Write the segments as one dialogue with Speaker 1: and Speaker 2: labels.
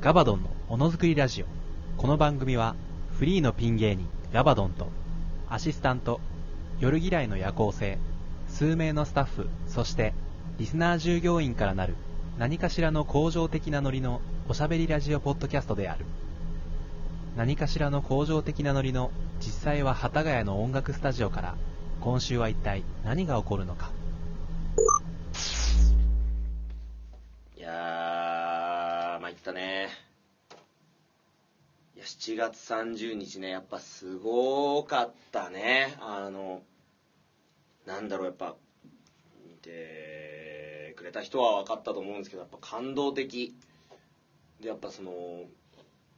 Speaker 1: ガバドンのものづくりラジオこの番組はフリーのピン芸人ガバドンとアシスタント夜嫌いの夜行性数名のスタッフそしてリスナー従業員からなる何かしらの向上的なノリのおしゃべりラジオポッドキャストである何かしらの向上的なノリの実際は幡ヶ谷の音楽スタジオから今週は一体何が起こるのか
Speaker 2: いやー、参ったね。いや、7月30日ね、やっぱすごかったね。あの、なんだろう、やっぱ、見てくれた人は分かったと思うんですけど、やっぱ感動的。で、やっぱその、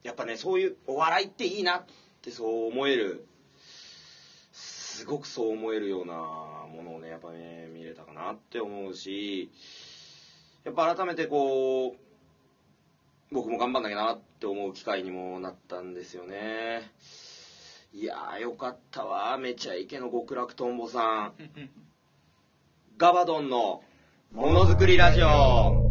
Speaker 2: やっぱね、そういうお笑いっていいなってそう思える、すごくそう思えるようなものをね、やっぱね、見れたかなって思うし、やっぱ改めてこう、僕も頑張んなきゃなって思う機会にもなったんですよね。いやー、よかったわ。めちゃイケの極楽とんぼさん。ガバドンのものづくりラジオ。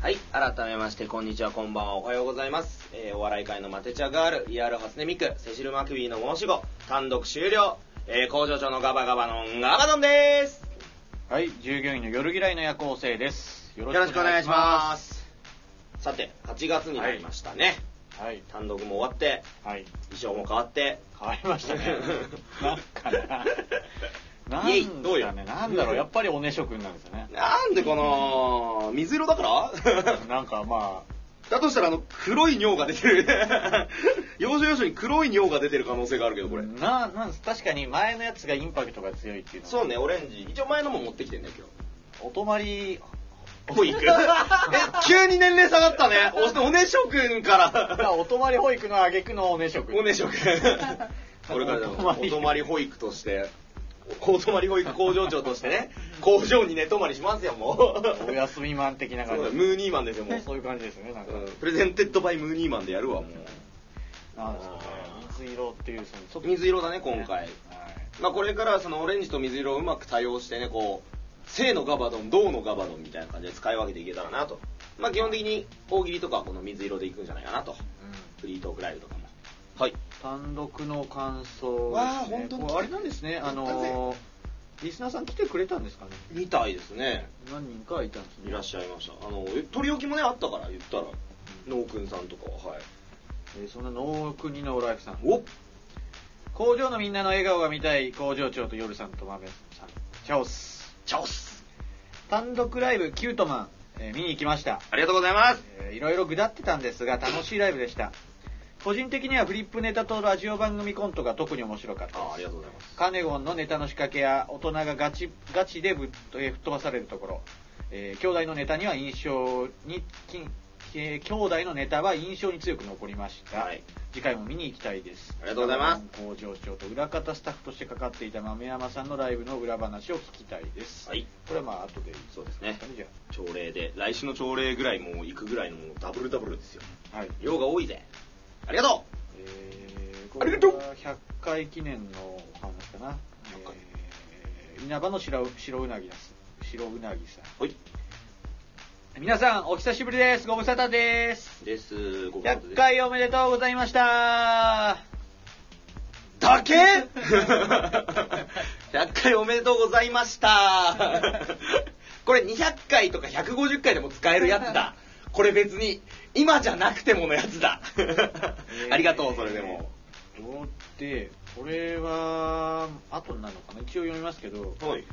Speaker 2: はい、改めまして、こんにちは、こんばんは、おはようございます。えー、お笑い界のマテ茶ガール、ER 初音ミク、セシル・マクビーの申し子、単独終了、えー、工場長のガバガバのンガバドンです。
Speaker 3: はい、従業員の夜嫌いの夜行性です。よ
Speaker 2: よろしくお願いします。さて、8月になりましたね。
Speaker 3: す。はい、
Speaker 2: 単独も終わって、
Speaker 3: はい、
Speaker 2: 衣装も変わって。
Speaker 3: 変わりましたね。 なんかな、なん
Speaker 2: イエイどうよ。
Speaker 3: だね、なんだろう、やっぱりおねしょくんなんですよね
Speaker 2: なんでこの、水色だから
Speaker 3: なんかま
Speaker 2: だとしたらあの、黒い尿が出てる。 要所要所に黒い尿が出てる可能性があるけど、こ
Speaker 3: あ、
Speaker 2: れ。
Speaker 3: な、なん確かに前のやつがインパクトが強いっていうのは
Speaker 2: そうね、オレンジ。一応前のも持ってきてんだよ、今日。
Speaker 3: お泊まり、
Speaker 2: 保育 え、急に年齢下がったね。お、おねしょくんから。
Speaker 3: お泊まり保育の挙句のおねしょくん。
Speaker 2: おねしょくん。これからでもお泊まり保育として、お泊まり保育工場長として ね、工場に寝泊まりしますよ、もう。
Speaker 3: お休みマン的な
Speaker 2: そ
Speaker 3: 感
Speaker 2: うだ
Speaker 3: じ。
Speaker 2: ムーニーマンですよ、もう。
Speaker 3: そういう感じですね、なんか。
Speaker 2: うんプレゼンテッドバイムーニーマンでやるわ、も
Speaker 3: なんですかね、水色っていう、その、ちょっ
Speaker 2: う。
Speaker 3: と。
Speaker 2: 水色だね、今
Speaker 3: は
Speaker 2: 回
Speaker 3: い。。
Speaker 2: まあ、これからはそのオレンジと水色をうまく多用してね、こう、正のガバドン、銅のガバドンみたいな感じで使い分けていけたらなと。まあ、基本的に大喜利とかはこの水色でいくんじゃないかなと。
Speaker 3: うん
Speaker 2: フリートークライブとかも。はい。
Speaker 3: 単独の感想
Speaker 2: わあ
Speaker 3: ですね
Speaker 2: 本当に
Speaker 3: これあれなんですね
Speaker 2: やったぜ
Speaker 3: あのリスナーさん来てくれたんですかね
Speaker 2: みたいですね。
Speaker 3: 何人かいたんですね
Speaker 2: いらっしゃいました。あの、え取り置きもね、あったから、言ったら。ノーくんさんとかは、はい。
Speaker 3: えーそんな能国のライフさん
Speaker 2: お
Speaker 3: 工場のみんなの笑顔が見たい工場長と夜さんと豆さんチャオス
Speaker 2: チャオス
Speaker 3: 単独ライブキュートマン、えー見に行きました
Speaker 2: ありがとうございます
Speaker 3: えーいろいろ下ってたんですが楽しいライブでした個人的にはフリップネタとラジオ番組コントが特に面白かったです
Speaker 2: あありがとうございます。
Speaker 3: カネゴンのネタの仕掛けや大人がガチガチでぶっ、えー吹っ飛ばされるところ、えー兄弟のネタには印象に、きえー兄弟のネタは印象に強く残りました、
Speaker 2: はい
Speaker 3: 次回も見に行きたいです
Speaker 2: ありがとうございます
Speaker 3: 工場長と裏方スタッフとしてかかっていた豆山さんのライブの裏話を聞きたいです、
Speaker 2: はい。
Speaker 3: これはまあ後でいいです
Speaker 2: そうですね。
Speaker 3: かねじゃ
Speaker 2: 朝礼で、来週の朝礼ぐらいもう行くぐらいのもうダブルダブルですよ。
Speaker 3: あはい
Speaker 2: 量が多いぜ。ありがとう
Speaker 3: えー、
Speaker 2: あ
Speaker 3: こ
Speaker 2: り
Speaker 3: れ
Speaker 2: がとう
Speaker 3: は100回記念のお話かな
Speaker 2: 100回
Speaker 3: えー稲葉の白う白うなぎです白うなぎさん
Speaker 2: はい。
Speaker 3: 皆さん、お久しぶりです。ご無沙汰です。
Speaker 2: です。ご感想で
Speaker 3: 100
Speaker 2: す
Speaker 3: 回おめでとうございました。
Speaker 2: だ け ?100 回おめでとうございました。これ200回とか150回でも使えるやつだ。これ別に今じゃなくてものやつだ。ありがとう、それでも。
Speaker 3: どうって、これは、後になるのかな一応読みますけど、
Speaker 2: はい。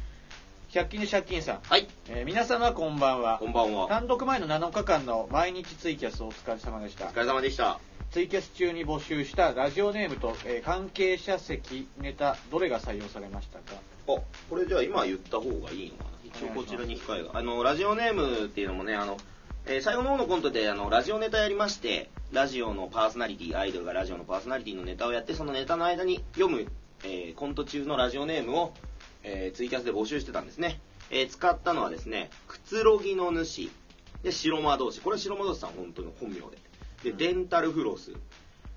Speaker 3: 100均で借金さん。
Speaker 2: はい、
Speaker 3: えー皆様こんばんは
Speaker 2: こ。んばんは。
Speaker 3: 単独前の7日間の毎日ツイキャスお疲れ様でし
Speaker 2: お
Speaker 3: た。
Speaker 2: 疲れ様でした。
Speaker 3: ツイキャス中に募集したラジオネームと、えー関係者席ネタ、どれが採用されましたか
Speaker 2: あ、これじゃあ今言った方がいいのかな一応こちらに控えが。あの、ラジオネームっていうのもね、あの、えー最後の方のコントであのラジオネタやりまして、ラジオのパーソナリティ、アイドルがラジオのパーソナリティのネタをやって、そのネタの間に読む、えーコント中のラジオネームを、えーツイキャスで募集してたんですね。えー使ったのはですね、くつろぎの主、で、白魔同士。これは白魔同士さん、本当の本名で。で、デンタルフロス、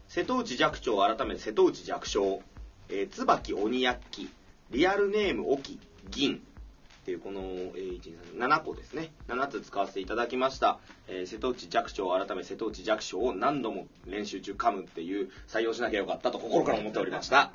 Speaker 2: 瀬戸内寂聴改めて瀬戸内寂聴、えー、椿鬼やっきリアルネーム沖銀っていうこの、えー、1 2 3 7個ですね7つ使わせていただきました、えー瀬戸内寂聴改め瀬戸内寂聴を何度も練習中噛むっていう採用しなきゃよかったと心から思っておりました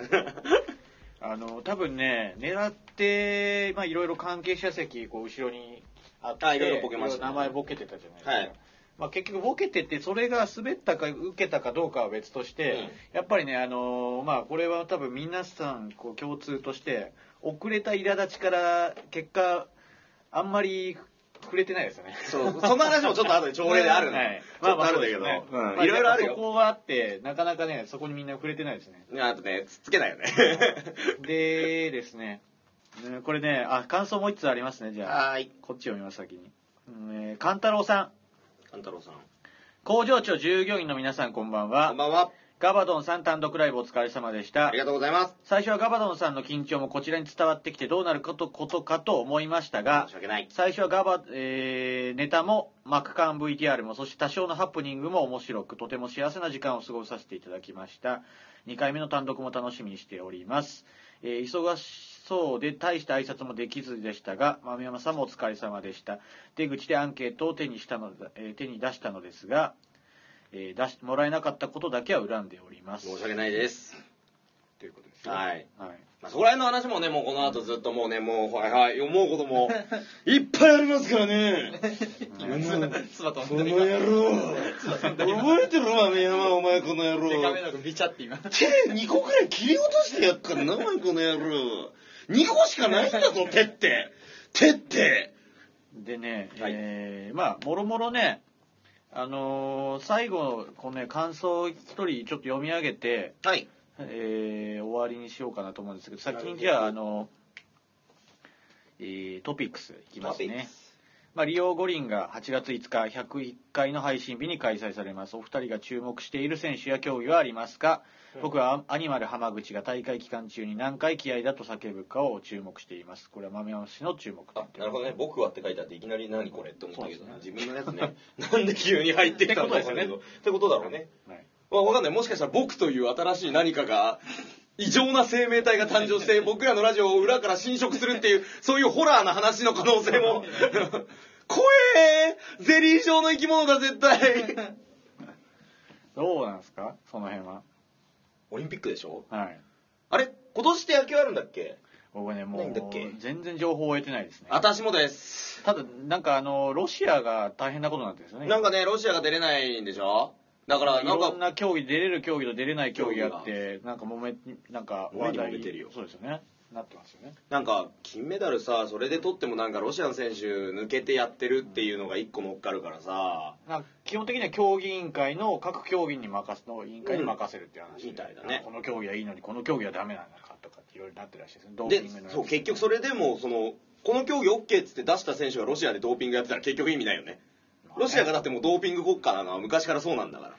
Speaker 3: あの多分ね狙ってまあいろいろ関係者席こう後ろにあって
Speaker 2: あいろいろボケましたね
Speaker 3: いろいろ名前ボケてたじゃないですか、
Speaker 2: はい
Speaker 3: まあ、結局ボケててそれが滑ったか受けたかどうかは別として、やっぱりねあのまあこれは多分皆さんこう共通として遅れた苛立ちから結果あんまり触れてないですよね
Speaker 2: そうその話もちょっと後で朝礼であるの、
Speaker 3: はい
Speaker 2: ちょっとあるんだけど、
Speaker 3: まあまあそうです
Speaker 2: う
Speaker 3: ね
Speaker 2: んいろいろある
Speaker 3: まそ
Speaker 2: よ
Speaker 3: こはあってなかなかねそこにみんな触れてないですね
Speaker 2: あとねつっつけないよね
Speaker 3: でですね、うんこれね、あ、感想もう一つありますね、じゃあ。
Speaker 2: はーい
Speaker 3: こっち読みます、先に。うんえー、勘太郎さん。
Speaker 2: 勘太郎さん
Speaker 3: 工場長従業員の皆さんこんばん
Speaker 2: こ
Speaker 3: は
Speaker 2: ん。ばんは
Speaker 3: ガバドンさん単独ライブお疲れ様でした
Speaker 2: あり。がとうございます
Speaker 3: 最初はガバドンさんの緊張もこちらに伝わってきてどうなることことかと思いましたが
Speaker 2: 申し、訳ない
Speaker 3: 最初はガバ、えーネタも、マクカン VTR も、そして多少のハプニングも面白く、とても幸せな時間を過ごさせていただきました。2回目の単独も楽しみにしております。えー忙しそうで、大した挨拶もできずでしたが、豆山さんもお疲れ様でした。出口でアンケートを手にしたのだ、えー手に出したのですが、えー出し、もらえなかったことだけは恨んでおります。
Speaker 2: 申し訳ないです
Speaker 3: ということですね
Speaker 2: はい
Speaker 3: はい。
Speaker 2: まあ、そこら辺の話もね、もうこの後ずっともうね、もう、はいはい、思うこと も、いっぱいありますから ね。
Speaker 4: つばと
Speaker 2: こ
Speaker 4: 思
Speaker 2: の
Speaker 4: って
Speaker 2: 野郎。覚えてろ、豆山、お前この野
Speaker 4: でかめ
Speaker 2: 郎。
Speaker 4: の子ビチャって今。
Speaker 2: 手2個くらい切り落としてやっからな、お前この野郎。2個しかないん だぞ、手って。手って。
Speaker 3: でね、
Speaker 2: はい
Speaker 3: えーまあもろもろねあのー最後このね感想を一人ちょっと読み上げて、
Speaker 2: はい。
Speaker 3: えー終わりにしようかなと思うんですけど先
Speaker 2: なる
Speaker 3: に
Speaker 2: ほど
Speaker 3: じゃああの、えートピックスいきますね。まあ、リオ五輪が8月5日101回の配信日に開催されますお二人が注目している選手や競技はありますか、僕はアアニマル浜口が大会期間中に何回気合だと叫ぶかを注目していますこれは豆山氏の注目
Speaker 2: あ
Speaker 3: 点、
Speaker 2: なるほどね。僕はって書いてあって、いきなり何これって思ったけどな、
Speaker 3: そうです
Speaker 2: 自分のやつね。なんで急に入ってきたのかわかんないけど。ってことだろうね。
Speaker 3: はい
Speaker 2: わわかんない。もしかしたら僕という新しい何かが、異常な生命体が誕生 して、僕らのラジオを裏から侵食するっていう、そういうホラーな話の可能性 も。怖えーゼリー状の生き物だ、絶対
Speaker 3: どうなんですかその辺は。
Speaker 2: オリンピックでしょ
Speaker 3: はい。
Speaker 2: あれ今年って野球あるんだっけ
Speaker 3: 僕ね、も
Speaker 2: ないんだっ
Speaker 3: う
Speaker 2: け、
Speaker 3: 全然情報を得てないですね。
Speaker 2: 私もです。
Speaker 3: ただ、なんかあの、ロシアが大変なことになってるんですよね。
Speaker 2: なんかね、ロシアが出れないんでしょだから、
Speaker 3: い
Speaker 2: なん
Speaker 3: ろん
Speaker 2: か、
Speaker 3: な競技、出れる競技と出れない競技あって、なんか揉め、なんか
Speaker 2: 俺
Speaker 3: 話
Speaker 2: に揉
Speaker 3: 題
Speaker 2: めてるよ
Speaker 3: そうですよね。なってますよね。
Speaker 2: なんか、金メダルさ、それで取ってもなんかロシアの選手抜けてやってるっていうのが一個乗っかるからさ、
Speaker 3: なんか基本的には競技委員会の各競技に任すの委員会に任せるっていう話で、
Speaker 2: うんみたいだね
Speaker 3: この競技はいいのにこの競技はダメなのかとかっていろいろなってるらしいですねドー
Speaker 2: で
Speaker 3: ピングのやつ
Speaker 2: そう結局それでもそのこの競技 OK っつって出した選手がロシアでドーピングやってたら結局意味ないよね
Speaker 3: まあね
Speaker 2: ロシアがだってもうドーピング国家なのは昔からそうなんだから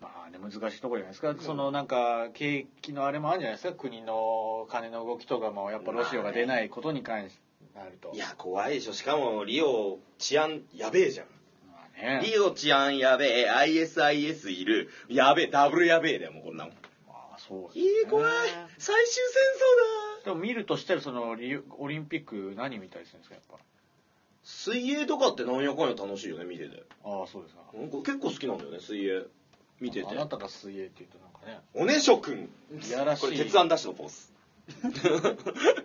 Speaker 3: まあね、難しいところじゃないですか、そのなんか景気のあれもあるんじゃないですか国の金の動きとかもやっぱロシアが出ないことに関してなると
Speaker 2: いや怖いでしょしかもリオ治安やべえじゃん
Speaker 3: まあね
Speaker 2: リオ治安やべえ ISIS いるやべえダブルやべえだよもうこんなもん
Speaker 3: まあそう
Speaker 2: いい怖い最終戦争だ
Speaker 3: でも見るとしたらそのリオオリンピック何見たりするんですかやっ
Speaker 2: 水泳とかってなんやかんや楽しいよね見てて
Speaker 3: ぱああそうですか
Speaker 2: なんか結構好きなんだよね水泳見てて
Speaker 3: あなたが水泳って言うとなんかね
Speaker 2: おねしょくん
Speaker 3: いやらしい
Speaker 2: これ鉄腕ダッシュのポーズ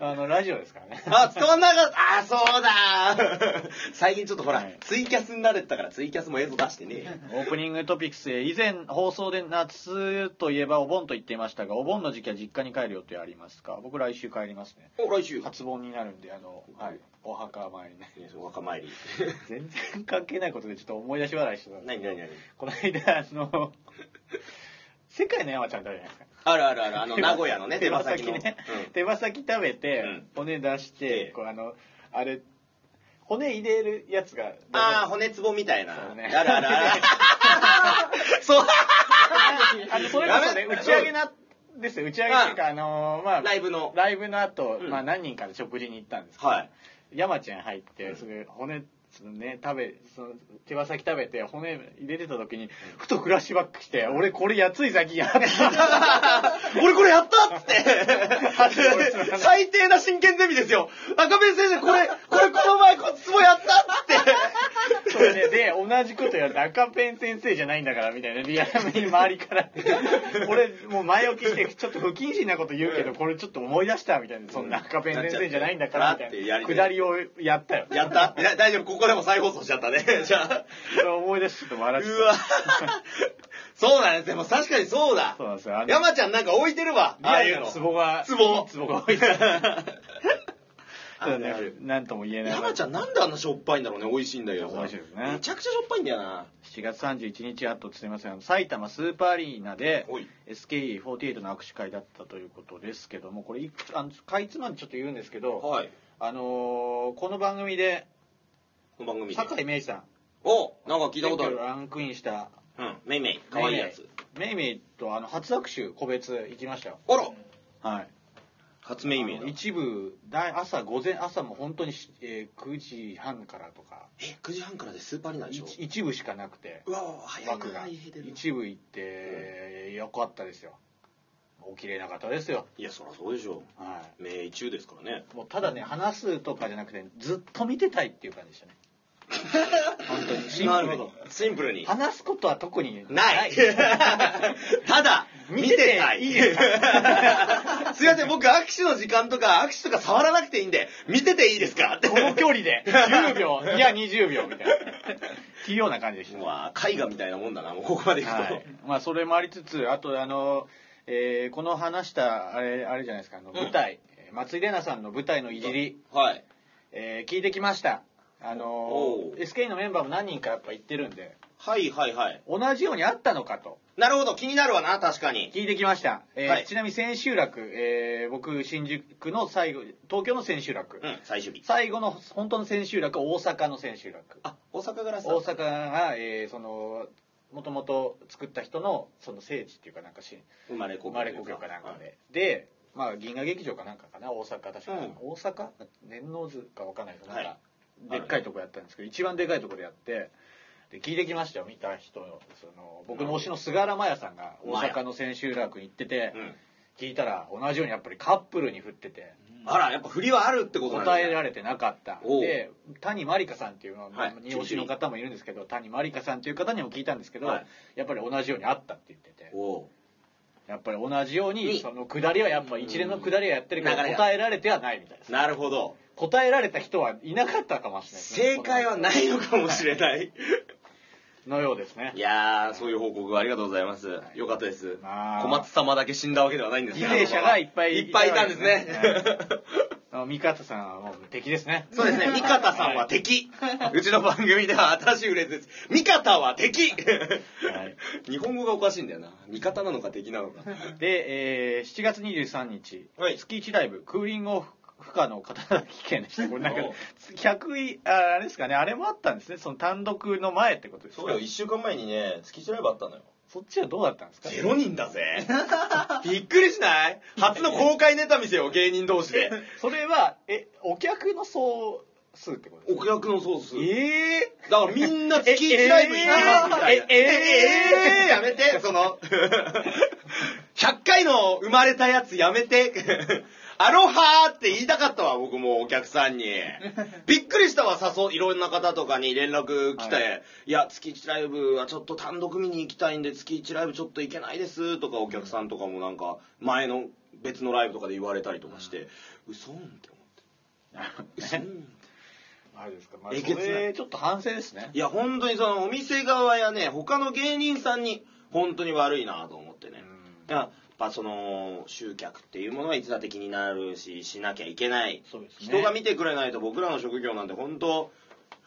Speaker 3: あのラジオですからね
Speaker 2: あ、そんなこと、あ、そうだ最近ちょっとほら、
Speaker 3: はい
Speaker 2: ツイキャスになれてたからツイキャスも映像出してね。
Speaker 3: オープニングトピックスへ以前放送で夏といえばお盆と言っていましたがお盆の時期は実家に帰る予定ありますか僕来週帰りますね
Speaker 2: お、来週。
Speaker 3: 初盆になるんであの、はい、お墓参りね
Speaker 2: お墓参り。
Speaker 3: 全然関係ないことでちょっと思い出し笑いしてたんです
Speaker 2: 何
Speaker 3: けど
Speaker 2: 何何
Speaker 3: この間あの世界の山ちゃん食べるじゃないですか
Speaker 2: あるあるある、あの、名古屋 のね、手羽先の。
Speaker 3: ね
Speaker 2: うん
Speaker 3: 手羽先食べて、
Speaker 2: うん
Speaker 3: 骨出して、
Speaker 2: ええ
Speaker 3: こうあのあれ骨入れるやつが
Speaker 2: ああ、骨つぼみたいな。
Speaker 3: そうね
Speaker 2: あるあるあ る。そう、
Speaker 3: あのそれこそね
Speaker 2: ダメ
Speaker 3: 打ち上げなですよ打ち上げっていうかあのーまあ
Speaker 2: ライブの
Speaker 3: ライブの後、
Speaker 2: うん
Speaker 3: まあ何人かで食事に行ったんですけど、
Speaker 2: はい。
Speaker 3: 山ちゃん入って
Speaker 2: うん
Speaker 3: すぐ骨そのね、食べ、その手羽先食べて骨入れてた時に、ふとフラッシュバックして、俺これやつい先 やって。
Speaker 2: 俺これやったっつ って、最低な真剣ゼミですよ。赤ペン先生、これ、これこの前こっちもやったっつって。
Speaker 3: それで、で、同じことやって赤ペン先生じゃないんだから、みたいな、リアルに周りから。俺、もう前置きして、ちょっと不謹慎なこと言うけど、これちょっと思い出した、みたいな。そんな赤ペン先生じゃないんだから、みたいな。くだりをやったよ。
Speaker 2: やったいや 大丈夫、ここでも再放送しちゃったね。 じゃあ。
Speaker 3: それを思い出して、ちょっと笑っちゃっ
Speaker 2: う
Speaker 3: た
Speaker 2: わ。 そうなんですね。でも確かにそうだ
Speaker 3: そう。なんですよ。あの
Speaker 2: 山ちゃんなんか置いてるわ。ああいうの。
Speaker 3: ツボが、
Speaker 2: ツボ
Speaker 3: ツボ が多いから。
Speaker 2: あるある
Speaker 3: なんとも言えない。
Speaker 2: 山ちゃんなんであんなしょっぱいんだろうね。美味しいんだけどさ。
Speaker 3: 美味しいですね
Speaker 2: めちゃくちゃしょっぱいんだよな。
Speaker 3: 7月31日、あとすみません、あの埼玉スーパーアリーナで
Speaker 2: おい
Speaker 3: SKE48 の握手会だったということですけども、これ、いあのかいつまんでちょっと言うんですけど、
Speaker 2: はい。
Speaker 3: あのーこの番組で、
Speaker 2: この番組で。
Speaker 3: 酒井明治さん、
Speaker 2: おなんか聞いたことある
Speaker 3: 選挙。ランクインした、
Speaker 2: うん。めいめい。かわいいやつ。
Speaker 3: めいめいとあの初握手、個別行きましたよ。
Speaker 2: あら。
Speaker 3: はい、
Speaker 2: 初めいめいだ
Speaker 3: あの。一部だい朝午前朝も本当にし、えー9時半からとか
Speaker 2: え、9時半からでスーパーアリーナでしょ
Speaker 3: 一一部しかなくて
Speaker 2: うわ早いな
Speaker 3: 枠が
Speaker 2: 入れてる
Speaker 3: 一部行って、よかったですよお綺麗な方ですよ
Speaker 2: いや、そりゃそうでしょ。
Speaker 3: は
Speaker 2: 名中ですからね。
Speaker 3: いもうただね話すとかじゃなくてずっと見てたいっていう感じでしたね本当にシン プルに
Speaker 2: シンプルに。
Speaker 3: 話すことは 特に
Speaker 2: ない。 ただ、見てたい。 すいません、僕握手の時間とか、握手とか触らなくていいんで、見てていいですかって。
Speaker 3: この距離で10秒いや20秒みた いなっていうような感じでした
Speaker 2: うわ絵画みたいなもんだな、もうここまでいくと。
Speaker 3: はい、まあそれもありつつあとあの、えーこの話したあれあれじゃないですかあの舞台、えー松井玲奈さんの舞台のいじり、
Speaker 2: はい。
Speaker 3: えー聞いてきましたあの
Speaker 2: おう
Speaker 3: ー SK のメンバーも何人かやっぱ行ってるんで
Speaker 2: はいはいはい。
Speaker 3: 同じようにあったのかと
Speaker 2: なるほど、気になるわな、確かに。
Speaker 3: 聞いてきました、えー
Speaker 2: はい
Speaker 3: ちなみに千秋楽、えー僕新宿の最後東京の千秋楽、
Speaker 2: うん、最終日。
Speaker 3: 最後の本当の千秋楽は大阪の千秋楽
Speaker 2: あ、大阪から
Speaker 3: 大阪が、えーそのもともと作った人のその聖地っていうかなんかし
Speaker 2: 生まれ故郷。
Speaker 3: 生まれ故郷かなんかで、。で、まあ、銀河劇場かなんかかな大阪確か、
Speaker 2: うん
Speaker 3: 大阪年能図かわかんないけどなんか、
Speaker 2: は
Speaker 3: でっかいとこやったんですけど一番でかいとこでやってで聞いてきましたよ見た人のその僕の推しの菅原麻也さんが大阪の千秋楽に行ってて、
Speaker 2: うん。
Speaker 3: 聞いたら同じようにやっぱりカップルに振ってて。
Speaker 2: あら、やっぱ振りはあるってことなんです
Speaker 3: 答
Speaker 2: ね
Speaker 3: えられてなかった
Speaker 2: おう
Speaker 3: で谷まりかさんっていうのは、
Speaker 2: はい
Speaker 3: に推しの方もいるんですけど谷まりかさんっていう方にも聞いたんですけど、
Speaker 2: はい
Speaker 3: やっぱり同じようにあったって言ってて
Speaker 2: おう
Speaker 3: やっぱり同じよう
Speaker 2: に
Speaker 3: にその下りはやっぱ一連の下りはやってるけど
Speaker 2: 流れが
Speaker 3: 答えられてはないみたいです
Speaker 2: なるほど。
Speaker 3: 答えられた人はいなかったかもしれないですね
Speaker 2: 正解はないのかもしれない。
Speaker 3: のようですね
Speaker 2: いやー、そういう報告ありがとうございます。よかったです。
Speaker 3: まあ
Speaker 2: 小松様だけ死んだわけではないんですけど
Speaker 3: 犠牲者がいっぱい
Speaker 2: いっぱいいたんですね。
Speaker 3: あの三方さんはもう敵ですね
Speaker 2: そうですね、 三方さんは敵。うちの番組では新しいフレーズです。三方は敵、
Speaker 3: い
Speaker 2: 日本語がおかしいんだよな。味方なのか敵なのか。
Speaker 3: で、えー7月23日、
Speaker 2: はい
Speaker 3: 月1ライブクーリングオフ不可の方々危険でしたこれなんか
Speaker 2: おう
Speaker 3: 100位ああれですかねあれもあったんですねその単独の前ってことですか
Speaker 2: 週間前にね、月一ライブあったのよ。
Speaker 3: そっちはどうだったんですか
Speaker 2: ゼロ人だ ぜ。びっくりしない初の公開ネタ見せよ、芸人同士で。
Speaker 3: それはえお客の総数ってことですか
Speaker 2: お客のソース。
Speaker 3: ええ
Speaker 2: だからみんな月1ライブ行きますみたいな。
Speaker 3: ええええ
Speaker 2: えやめて、その、100回の生まれたやつやめて。アロハーって言いたかったわ、僕もお客さんに。びっくりしたわ、誘う、いろんな方とかに連絡来て、、
Speaker 3: はい
Speaker 2: や、月1ライブはちょっと単独見に行きたいんで、月1ライブちょっと行けないですとか、お客さんとかもなんか、前の別のライブとかで言われたりとかして、嘘んって思って。嘘んって。
Speaker 3: あれですか、まあ、
Speaker 2: え
Speaker 3: そ
Speaker 2: げつない
Speaker 3: れちょっと反省ですね
Speaker 2: いや、本当にそのお店側やね、他の芸人さんに本当に悪いなと思ってね。
Speaker 3: うん
Speaker 2: やっぱその集客っていうものはいつだって気になるし、しなきゃいけない。
Speaker 3: そうですね
Speaker 2: 人が見てくれないと僕らの職業なんて本当、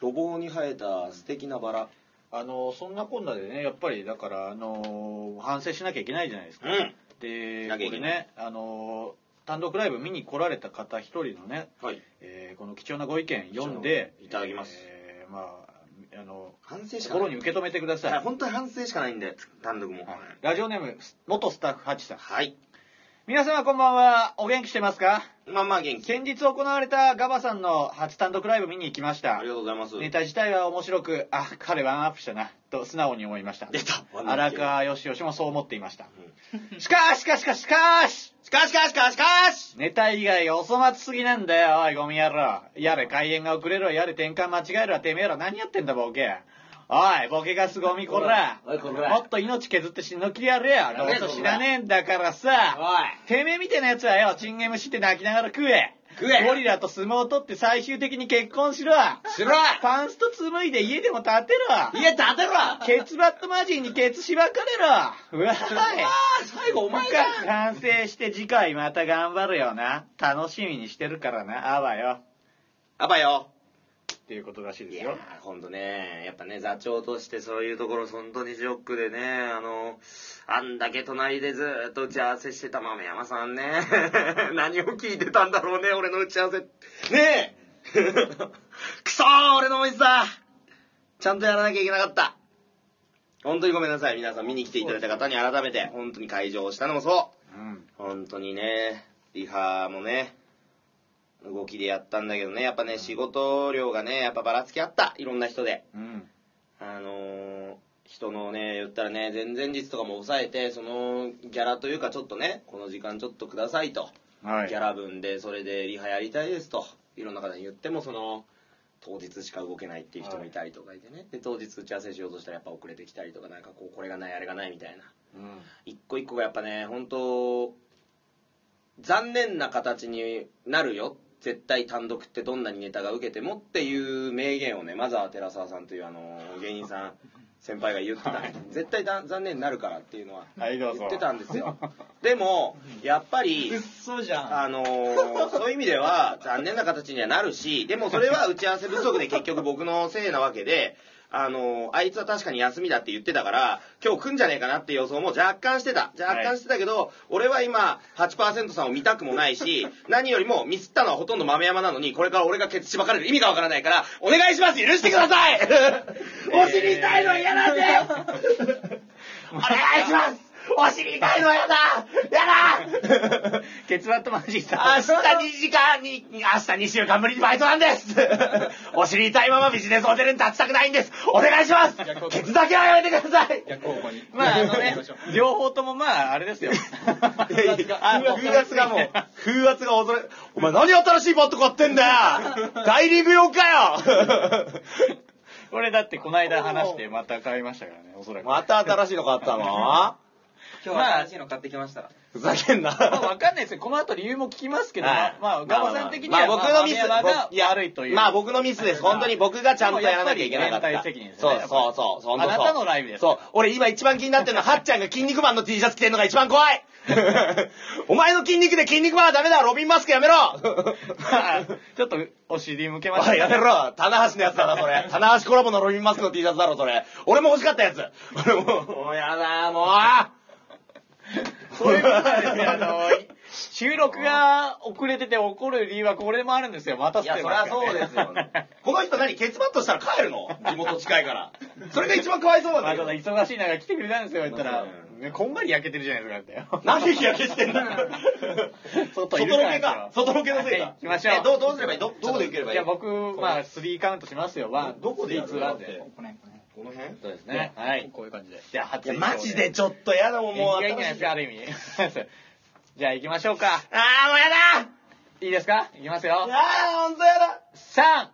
Speaker 2: 路傍に生えた素敵なバラ。
Speaker 3: あのそんなこんなでねやっぱりだからあの反省しなきゃいけないじゃないです
Speaker 2: う
Speaker 3: か、
Speaker 2: ん。
Speaker 3: で
Speaker 2: しな
Speaker 3: こ
Speaker 2: きゃいけ
Speaker 3: れ
Speaker 2: ない
Speaker 3: ねあの単独ライブ見に来られた方一人のね、
Speaker 2: はい。
Speaker 3: えーこの貴重なご意見読んで
Speaker 2: 貴重ないただきます
Speaker 3: えーまああの
Speaker 2: 反省しかな
Speaker 3: 心
Speaker 2: い。
Speaker 3: に受け止めてください、
Speaker 2: はい、本当に反省しかないんで、単独も。
Speaker 3: はいラジオネーム元スタッフハチさん
Speaker 2: はい。
Speaker 3: 皆様こんばんは。お元気してますか
Speaker 2: まあまあ元気。
Speaker 3: 先日行われたガバさんの初単独ライブ見に行きました
Speaker 2: あり。がとうございます。
Speaker 3: ネタ自体は面白く、あ、彼ワンアップしたな、と素直に思いました。
Speaker 2: 出た。
Speaker 3: 荒川よしよしもそう思っていました。
Speaker 2: うん。
Speaker 3: しかしかしかしかし
Speaker 2: しかしかしかしかし
Speaker 3: ネタ以外お粗末すぎなんだよ、おい、ゴミ野郎。やれ、開演が遅れろ、やれ、転換間違えろ、てめえら何やってんだ、ボケ。おい、ボケガスゴミこら。
Speaker 2: おいこら
Speaker 3: もっと命削って死のきりやれよ。どうせ知らねえんだからさ。
Speaker 2: お
Speaker 3: てめえみたいなやつはよ、チンゲムシって泣きながら食え。
Speaker 2: 食え
Speaker 3: ゴリラと相撲取って最終的に結婚しろ。
Speaker 2: いしろ
Speaker 3: パンスト紡いで家でも建てろ。
Speaker 2: 家建てろ
Speaker 3: ケツバットマジンにケツしばかれろ。うわーい。
Speaker 2: あー最後お前か
Speaker 3: 完成して次回また頑張るよな。楽しみにしてるからな、あわよ。
Speaker 2: あばよ
Speaker 3: っていうことらしいで
Speaker 2: い
Speaker 3: す
Speaker 2: や
Speaker 3: よ。
Speaker 2: ー、今度ね、やっぱね、座長としてそういうところ、本当にショックでね、あの、あんだけ隣でずーっと打ち合わせしてた豆山さんね、 何を聞いてたんだろうね、俺の打ち合わせ。ねえ くそー、俺のおじさんちゃんとやらなきゃいけなかった。本当にごめんなさい、皆さん見に来ていただいた方に改めて、本当に会場をしたのもそう。
Speaker 3: うん。
Speaker 2: 本当にね、リハもね、動きでやったんだけどね、やっぱね、仕事量がね、やっぱばらつきあった、いろんな人で。
Speaker 3: うん。
Speaker 2: あのー人のね、言ったらね、前々日とかも抑えて、そのギャラというか、ちょっとね、この時間ちょっとくださいと、
Speaker 3: はい。
Speaker 2: ギャラ分で、それでリハやりたいですと、いろんな方に言っても、その、当日しか動けないっていう人もいたりとかいてね、で当日打ち合わせしようとしたら、やっぱ遅れてきたりとか、なんかこう、これがない、あれがないみたいな。
Speaker 3: うん。
Speaker 2: 一個一個がやっぱね本当残念な形になるよ絶対単独ってどんなにネタが受けてもっていう名言をねまずは寺澤さんというあの芸人さん先輩が言ってた、
Speaker 3: はい
Speaker 2: 絶対だ残念になるからっていうのは
Speaker 3: はい、どうぞ。
Speaker 2: 言ってたんです よでもやっぱり
Speaker 4: うっそじゃん。
Speaker 2: あのーそういう意味では残念な形にはなるしでもそれは打ち合わせ不足で結局僕のせいなわけで、あのーあいつは確かに休みだって言ってたから今日来んじゃねえかなって予想も若干してた若干してたけど、俺は今8%さんを見たくもないし何よりもミスったのはほとんど豆山なのにこれから俺がケツしばかれる意味がわからないからお願いします許してくださいお尻痛いのは嫌なんだよお願いしますお尻痛いのは嫌だ嫌だ
Speaker 3: ケツバットマジさん。
Speaker 2: 明日2時間に、明日2週間ぶりにバイトなんですお尻痛いままビジネスホテルに立ちたくないんですお願いします
Speaker 4: 逆を
Speaker 2: ケツだけはやめてください
Speaker 4: 逆方向に。
Speaker 3: まあ、あのね、両方ともまあ、あれですよ。
Speaker 2: 風圧があ風圧がもう、風圧が恐れ、お前何新しいバット買ってんだよ大リーグ用かよ
Speaker 3: これだってこの間話してまた買いましたからね、おそらく。
Speaker 2: また新しいの買ったの
Speaker 4: 今日は新しいの買ってきました。
Speaker 2: ふざけんな。
Speaker 3: まあ、わかんないですよ。この後理由も聞きますけど、
Speaker 2: はい
Speaker 3: まあ、ガバさん的には、
Speaker 2: まあまあ僕のミス
Speaker 3: まあ豆山が
Speaker 2: 僕いや
Speaker 3: 悪いという。
Speaker 2: まあ僕のミスです。本当に僕がちゃんとやらなきゃいけなかった。
Speaker 3: やっぱり連帯責任です
Speaker 2: そ
Speaker 3: ね
Speaker 2: うそうそう。そんそう
Speaker 3: あなたのライブです
Speaker 2: そう。俺今一番気になってるのは、はっちゃんが筋肉マンの T シャツ着てるのが一番怖いお前の筋肉で筋肉マンはダメだロビンマスクやめろ
Speaker 3: まあちょっとお尻向けまし
Speaker 2: お
Speaker 3: た
Speaker 2: い、やめろ棚橋のやつだな、それ。棚橋コラボのロビンマスクの T シャツだろ、それ。俺も欲しかったやつ。俺も、もうやだ、もう
Speaker 3: そういうことはですね、あの、収録が遅れてて怒る理由はこれもあるんですよ。また
Speaker 2: いや、そりゃそうですよ。この人何ケツバットしたら帰るの地元近いから。それが一番かわいそうなんだ
Speaker 3: ま
Speaker 2: けど
Speaker 3: だ忙しい中来てくれたんですよ、言ったら
Speaker 2: まあ。
Speaker 3: ねこんがり焼けてるじゃないですか、だって
Speaker 2: なんで日焼けしてんだ
Speaker 3: 外いるからですよ
Speaker 2: 外ロケか。外ロケのせい
Speaker 3: はい
Speaker 2: か
Speaker 3: 行。きましょう
Speaker 2: え、どう、どうすればいいど、どこで受ければいい
Speaker 3: じゃあ僕、まあ、3カウントしますよ。ワン、
Speaker 2: どこでやる
Speaker 3: スリーツーワンで。
Speaker 4: ここね、こね。
Speaker 2: この辺
Speaker 3: そうですね。はい。
Speaker 4: こういう感じで。
Speaker 3: じゃあ、初
Speaker 2: いや、マジでちょっとやだもん、も
Speaker 3: も
Speaker 2: う。
Speaker 3: う、いいんじゃないですか、ある意味。 じゃあ、行きましょうか。
Speaker 2: あー、もうやだ
Speaker 3: いいですか行きますよ。
Speaker 2: あー、ほんとやだ
Speaker 3: 3、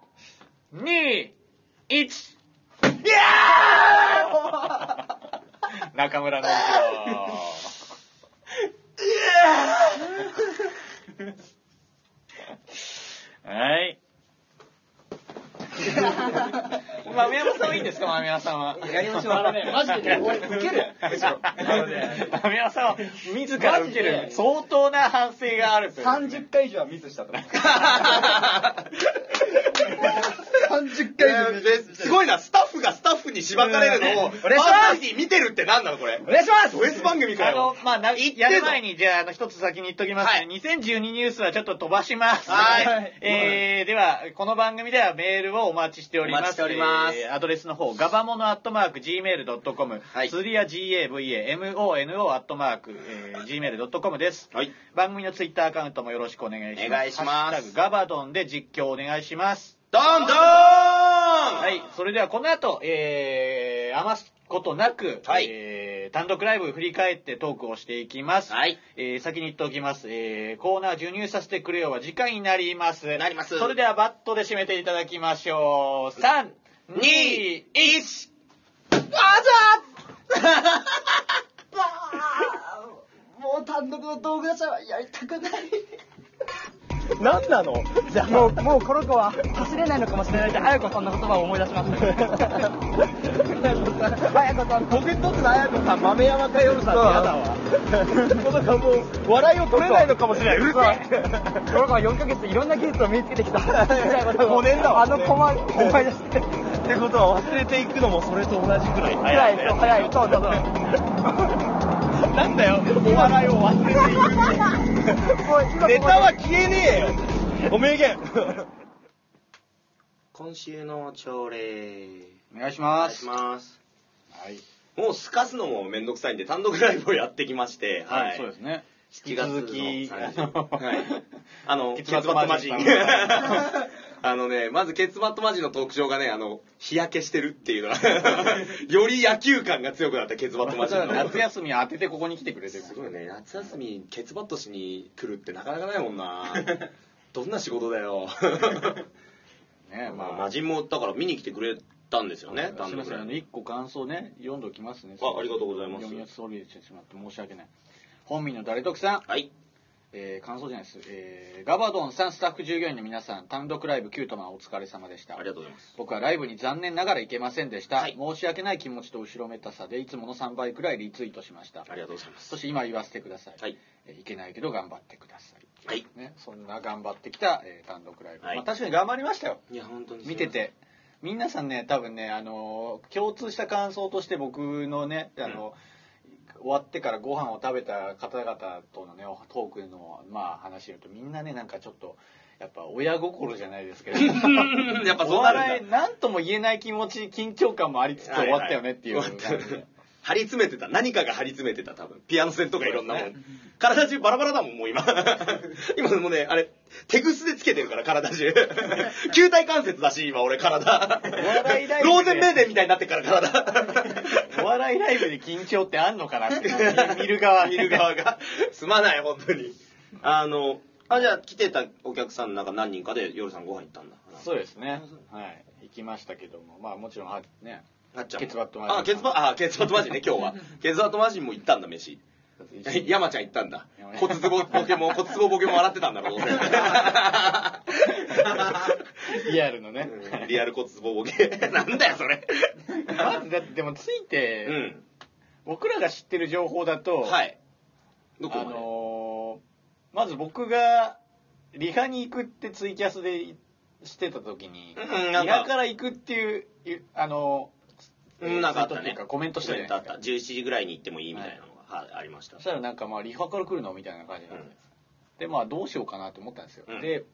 Speaker 3: 2、1。
Speaker 2: いやー
Speaker 3: 中村のはい。豆山さんはいいんですか豆山さんは。
Speaker 4: やりましょうあのねマジでね俺受けるむしろあのね
Speaker 3: 豆山さんは自ら
Speaker 4: マ
Speaker 3: 受け
Speaker 4: ジ
Speaker 3: る
Speaker 4: で
Speaker 3: 相当な反省があるという。
Speaker 4: 30回以上はミスしたと思う。 30回で。
Speaker 2: すごいな、スタッフがスタッフにしばかれるのを、パー
Speaker 4: お願いします
Speaker 2: ソナリティ見てるってなんなのこれ。
Speaker 4: お願いします
Speaker 2: ド S 番組か
Speaker 3: あの
Speaker 2: よ。、
Speaker 3: まあ、な
Speaker 2: 言ってんの
Speaker 3: やる前に、じゃあ、あの、一つ先に言っときます、
Speaker 2: はい
Speaker 3: 2012ニュースはちょっと飛ばします。
Speaker 2: はい
Speaker 3: えー、では、この番組ではメールをお待ちしております。
Speaker 2: お待ちしております
Speaker 3: えーアドレスの方、ガバモノアットマーク、gmail.com、
Speaker 2: はい
Speaker 3: すりや gava、mono アットマーク、えー gmail.com です。
Speaker 2: はい。
Speaker 3: 番組のツイッターアカウントもよろしくお願いします。
Speaker 2: お願いします
Speaker 3: ハッシュタグガバドンで実況お願いします。
Speaker 2: どんどーん
Speaker 3: は、
Speaker 2: はい
Speaker 3: それではこの後、えー、余すことなく、
Speaker 2: はい
Speaker 3: えー単独ライブ振り返ってトークをしていきます。
Speaker 2: はい。
Speaker 3: えー先に言っておきます。えーコーナー授乳させてくれよは時間になります。
Speaker 2: なります
Speaker 3: それではバットで締めていただきましょう。3、2、1、
Speaker 4: もう単独の動画じゃやりたくない。
Speaker 5: 何なのじゃあもう、もうこの子は走れないのかもしれないって、あやこさんの言葉を思い出します。あやこさん、僕にとってのあやこさん、豆山かよるさんってやだわ。この子はもう、笑いを取れないのかもしれない。うるせえこの子は4ヶ月いろんな技術を身につけてきた。5年だわ。あの駒、思い出して。ってことは忘れていくのもそれと同じくらい早い。早い、そうそうそう。なんだよ、お笑いを忘れていく。ネタは消えねえよご名言
Speaker 2: 今週の朝礼。
Speaker 3: お願いし
Speaker 2: お
Speaker 3: ま
Speaker 2: 願い
Speaker 3: す。
Speaker 2: します。
Speaker 3: はい、
Speaker 2: もうすかすのもめんどくさいんで、単独ライブをやってきまして、
Speaker 3: はい、そうですね。
Speaker 2: 7月の
Speaker 3: 引き
Speaker 2: 30
Speaker 3: 続き
Speaker 2: はいあ の、
Speaker 3: 結
Speaker 2: 結
Speaker 3: 末
Speaker 2: 末
Speaker 3: マ
Speaker 2: マ
Speaker 3: ジ
Speaker 2: ジ
Speaker 3: ン
Speaker 2: ン。 あのね、まず結末マジンの特徴がね、あの、日焼けしてるっていうのは、 より野球感が強くなった結末マジンの。
Speaker 3: 夏休みを当ててここに来てくれてる。
Speaker 2: すごいね、夏休み、ケツバットしに来るってなかなかないもん な。どんな仕事だよ。
Speaker 3: ね
Speaker 2: ま
Speaker 3: ま
Speaker 2: あ、
Speaker 3: あ、
Speaker 2: マジンも、だから見に来てくれたんですよね、
Speaker 3: すみません、
Speaker 2: 単
Speaker 3: あの、
Speaker 2: 独
Speaker 3: 一個感想ね、読んでおきますね。
Speaker 2: あありがとうございます
Speaker 3: 読みやすそうにしてしまって申し訳ない。本民の誰得さん、
Speaker 2: はい。
Speaker 3: えー感想じゃないです。えーガバドンさん、スタッフ従業員の皆さん、単独ライブ、キュートマンお疲れ様でした。
Speaker 2: ありがとうございます。
Speaker 3: 僕はライブに残念ながら行けませんでした。
Speaker 2: はい
Speaker 3: 申し訳ない気持ちと後ろめたさで、いつもの3倍くらいリツイートしました
Speaker 2: あ。りがとうございます。
Speaker 3: そして今言わせてください。
Speaker 2: はい。
Speaker 3: えーいけないけど頑張ってください。
Speaker 2: はい。
Speaker 3: ね、そんな頑張ってきた、えー単独ライブ。
Speaker 2: はい
Speaker 3: まあ、確かに頑張りましたよ。
Speaker 2: いや、本当に。
Speaker 3: 見て。て皆さんね多分ねあの共通した感想として僕のねあの、終わってからご飯を食べた方々とのねトークのまあ話を言うとみんなねなんかちょっとやっぱ親心じゃないですけど
Speaker 2: やっぱ
Speaker 3: お
Speaker 2: そうなるんだ
Speaker 3: 笑いなんとも言えない気持ち緊張感もありつつ終わったよねっていう
Speaker 2: はい
Speaker 3: 感
Speaker 2: はい
Speaker 3: じで、
Speaker 2: 張り詰めてた。何かが張り詰めてた、多分。ピアノ線とかいろんなも。
Speaker 3: そうん
Speaker 2: 体中バラバラだもん、もう 今。今もうね、あれ、手ぐすでつけてるから、体 中。球体関節だし、今俺、体。
Speaker 3: 笑いライブで
Speaker 2: ローゼンメーデンみたいになってるから、体。
Speaker 3: お笑いライブで緊張ってあんのかなって 見る側
Speaker 2: 見る側が。すまない、本当に。あの、あ、じゃあ来てたお客さんの中何人かで夜さんご飯行ったんだ。
Speaker 3: そうですねはい行きましたけどもまあもちろんはね
Speaker 2: なっちゃんも。
Speaker 3: ケツバットマジン
Speaker 2: あ、ケツバあ、ケツバットマジンね、今日 は。ケツバットマジンも行ったんだ、飯。山ちゃん行ったんだ
Speaker 3: 山ちゃん。
Speaker 2: 骨壺ボケも、骨壺ボケも洗ってたんだ ろう、どうせ
Speaker 3: リアルのね、
Speaker 2: うんリアル骨壺ボケ。なんだよ、それ。
Speaker 3: まずだってでもついて、
Speaker 2: うん。
Speaker 3: 僕らが知ってる情報だと、
Speaker 2: はい。どこ
Speaker 3: あ
Speaker 2: まで
Speaker 3: のーまず僕がリハに行くってツイキャスでしてた時に、
Speaker 2: うんなん
Speaker 3: リ
Speaker 2: か
Speaker 3: ハから行くっていういあのー
Speaker 2: うん、なんかあった
Speaker 3: ツイートてい
Speaker 2: ね
Speaker 3: う。コメントしたじゃ
Speaker 2: コ
Speaker 3: な
Speaker 2: メント
Speaker 3: いで
Speaker 2: あ
Speaker 3: す
Speaker 2: っ
Speaker 3: か
Speaker 2: た。17時ぐらいに行ってもいいみたいなのが、はいありました
Speaker 3: そし。たらなんかまあリハから来るのみたいな感じなんで,、でまあどうしようかなと思ったんですよ、
Speaker 2: うん
Speaker 3: で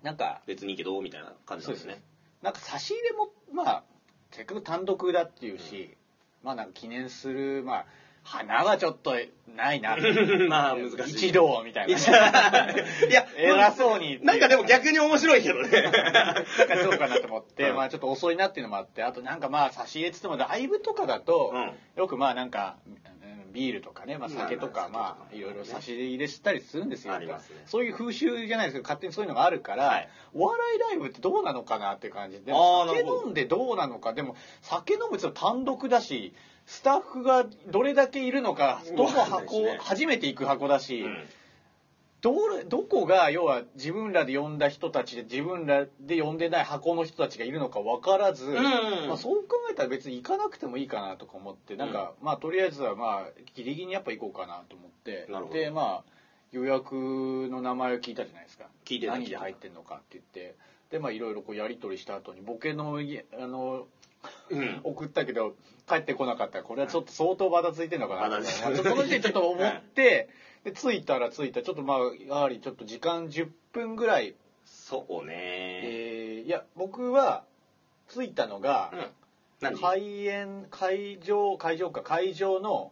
Speaker 3: なんか
Speaker 2: 別にいいけど、みたいな感じなんです
Speaker 3: そう
Speaker 2: ね。
Speaker 3: なんか差し入れもまあせっかく単独だっていうし、まあなんか記念するまあ花はちょっとないな
Speaker 2: まあ、難しい。
Speaker 3: 一同みたい な、
Speaker 2: いや、
Speaker 3: 偉そうに
Speaker 2: なんかでも逆に面白いけどね。
Speaker 3: なんかそうかなと思って、
Speaker 2: うん
Speaker 3: まあちょっと遅いなっていうのもあって、あとなんかまあ差し入れっつってもライブとかだと、よくまあなんか、うんビールとかね、まあ酒とか、
Speaker 2: うん
Speaker 3: ま
Speaker 2: 酒
Speaker 3: あ
Speaker 2: とかね
Speaker 3: いろいろ差し入れしたりするんですよ。
Speaker 2: ありますね
Speaker 3: そういう風習じゃないですけど、勝手にそういうのがあるから、
Speaker 2: はい
Speaker 3: お笑いライブってどうなのかなって感じで、
Speaker 2: あー
Speaker 3: 酒
Speaker 2: なるほど
Speaker 3: 飲んでどうなのか、でも酒飲むって単独だし、スタッフがどれだけいるのか、どこ
Speaker 2: わかんないです
Speaker 3: 箱、
Speaker 2: ね
Speaker 3: 初めて行く箱だし、
Speaker 2: うん
Speaker 3: どれどこが要は自分らで呼んだ人たちで自分らで呼んでない箱の人たちがいるのか分からず、
Speaker 2: ん
Speaker 3: まあ、そう考えたら別に行かなくてもいいかなとか思ってなんか、まあとりあえずはまあギリギリにやっぱ行こうかなと思って
Speaker 2: なるほど
Speaker 3: でまあ予約の名前を聞いたじゃないですか
Speaker 2: 聞いてた
Speaker 3: 何で入ってんのかって言ってでまあいろいろこうやり取りした後にボケのいあの、
Speaker 2: うん
Speaker 3: 送ったけど帰ってこなかったらこれはちょっと相当バタついてんのかな、
Speaker 2: バタついてる
Speaker 3: まあその時点でちょっと思ってで着いたら着いたちょっとまあやはりちょっと時間10分ぐらい、
Speaker 2: そうね
Speaker 3: えーいや僕は着いたのが、
Speaker 2: うん何時、
Speaker 3: 開演会場会場か会場の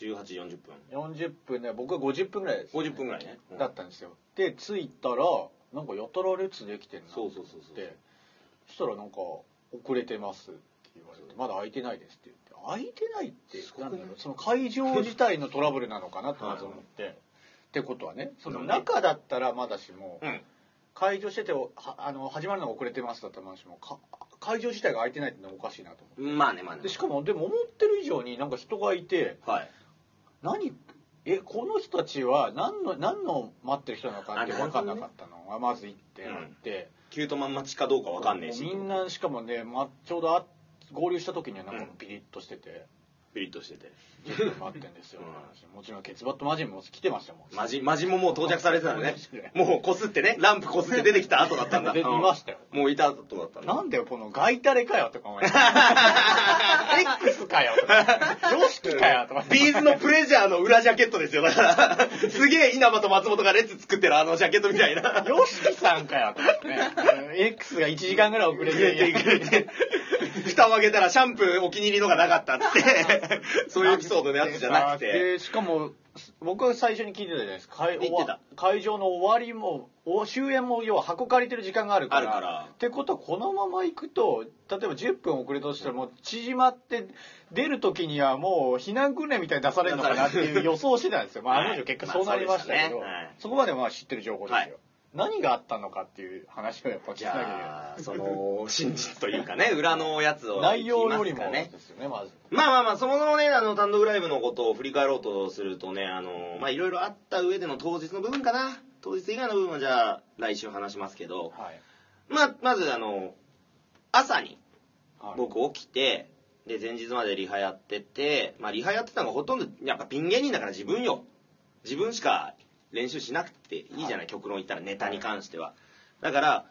Speaker 2: 18時40分
Speaker 3: 40分で僕は50分ぐらいです、
Speaker 2: 50分ぐらいね、うん
Speaker 3: だったんですよで着いたらなんかやたら列できてんな
Speaker 2: そうそうそうそう
Speaker 3: ってそしたらなんか「遅れてます」って言われて「まだ空いてないです」って言って空いてないって
Speaker 2: すごくな
Speaker 3: ないんだろうその会場自体のトラブルなのかなとまず 思って、ってことはねその中だったらまだしも、
Speaker 2: うん
Speaker 3: 会場しててはあの始まるのが遅れてますだったらまだしもか会場自体が空いてないってのはおかしいなと思
Speaker 2: うんまあねまあ
Speaker 3: っ
Speaker 2: ね
Speaker 3: てでしかもでも思ってる以上になんか人がいて
Speaker 2: はい
Speaker 3: 何えこの人たちは何の何の待ってる人なのかって
Speaker 2: あなる
Speaker 3: 分
Speaker 2: ほ
Speaker 3: か
Speaker 2: ど
Speaker 3: ん
Speaker 2: ね
Speaker 3: なかったのがまず一点あって、
Speaker 2: キュートマン待ちかどうかわかんねえし
Speaker 3: みんなしかもね、ま、ちょうどあ合流した時にはなんかピリッとしてて、
Speaker 2: ピリッとしてて
Speaker 3: ちょっと待ってんですよ、もちろんケツバットマジンも来てましたもん
Speaker 2: マジマジももう到着されてたのね
Speaker 3: そうですね
Speaker 2: もうこすってねランプこすって出てきた後だったんだ
Speaker 3: 出ていましたよ
Speaker 2: うんもういた後だったんだ
Speaker 3: なんだよこのガイタレかよとか思いな がら X かよとか様式かよとか
Speaker 2: ビーズのプレジャーの裏ジャケットですよ。だから、 すげえ稲葉と松本がレッツ作ってるあのジャケットみたいな。
Speaker 3: ヨシキさんかよとかね X が1時間ぐらい遅れ
Speaker 2: くれて、
Speaker 3: て
Speaker 2: くれて。 蓋を開けたらシャンプーお気に入りのがなかったっつって、そういうエピソードのやつじゃなくて。
Speaker 3: でしかも僕は最初に聞いてたじゃないですか会
Speaker 2: 言ってた
Speaker 3: 会場の終わりもお終演も要は箱借りてる時間があるか
Speaker 2: あ
Speaker 3: ら
Speaker 2: るから
Speaker 3: ってことはこのまま行くと例えば10分遅れたとしたらもう縮まって出る時にはもう避難訓練みたいに出されるのかなっていう予想してたんですよ、まあ、
Speaker 2: はい
Speaker 3: あの女結果そうなりましたけど、
Speaker 2: まあそうでしたねはい
Speaker 3: そこまでまあ知ってる情報ですよ、
Speaker 2: はい
Speaker 3: 何があったのかっていう話をやっぱ聞き
Speaker 2: じ
Speaker 3: たいけ
Speaker 2: ゃあ、そ の、真実というかね、裏のやつを、
Speaker 3: ど内容より
Speaker 2: いき
Speaker 3: も
Speaker 2: ますかね
Speaker 3: ですよねまず
Speaker 2: まあまあまあ、そのね、あの、単独ライブのことを振り返ろうとするとね、あの、まあいろいろあった上での当日の部分かな。当日以外の部分はじゃあ、来週話しますけど、
Speaker 3: はい
Speaker 2: まあ、まずあの、朝に、
Speaker 3: はい
Speaker 2: 僕起きてで前日までリハやってて、まあ、リハやってたのがほとんどやっぱピン芸人だから自分よ自分しか練習しなくていいじゃない、極論言ったらネタに関しては、だから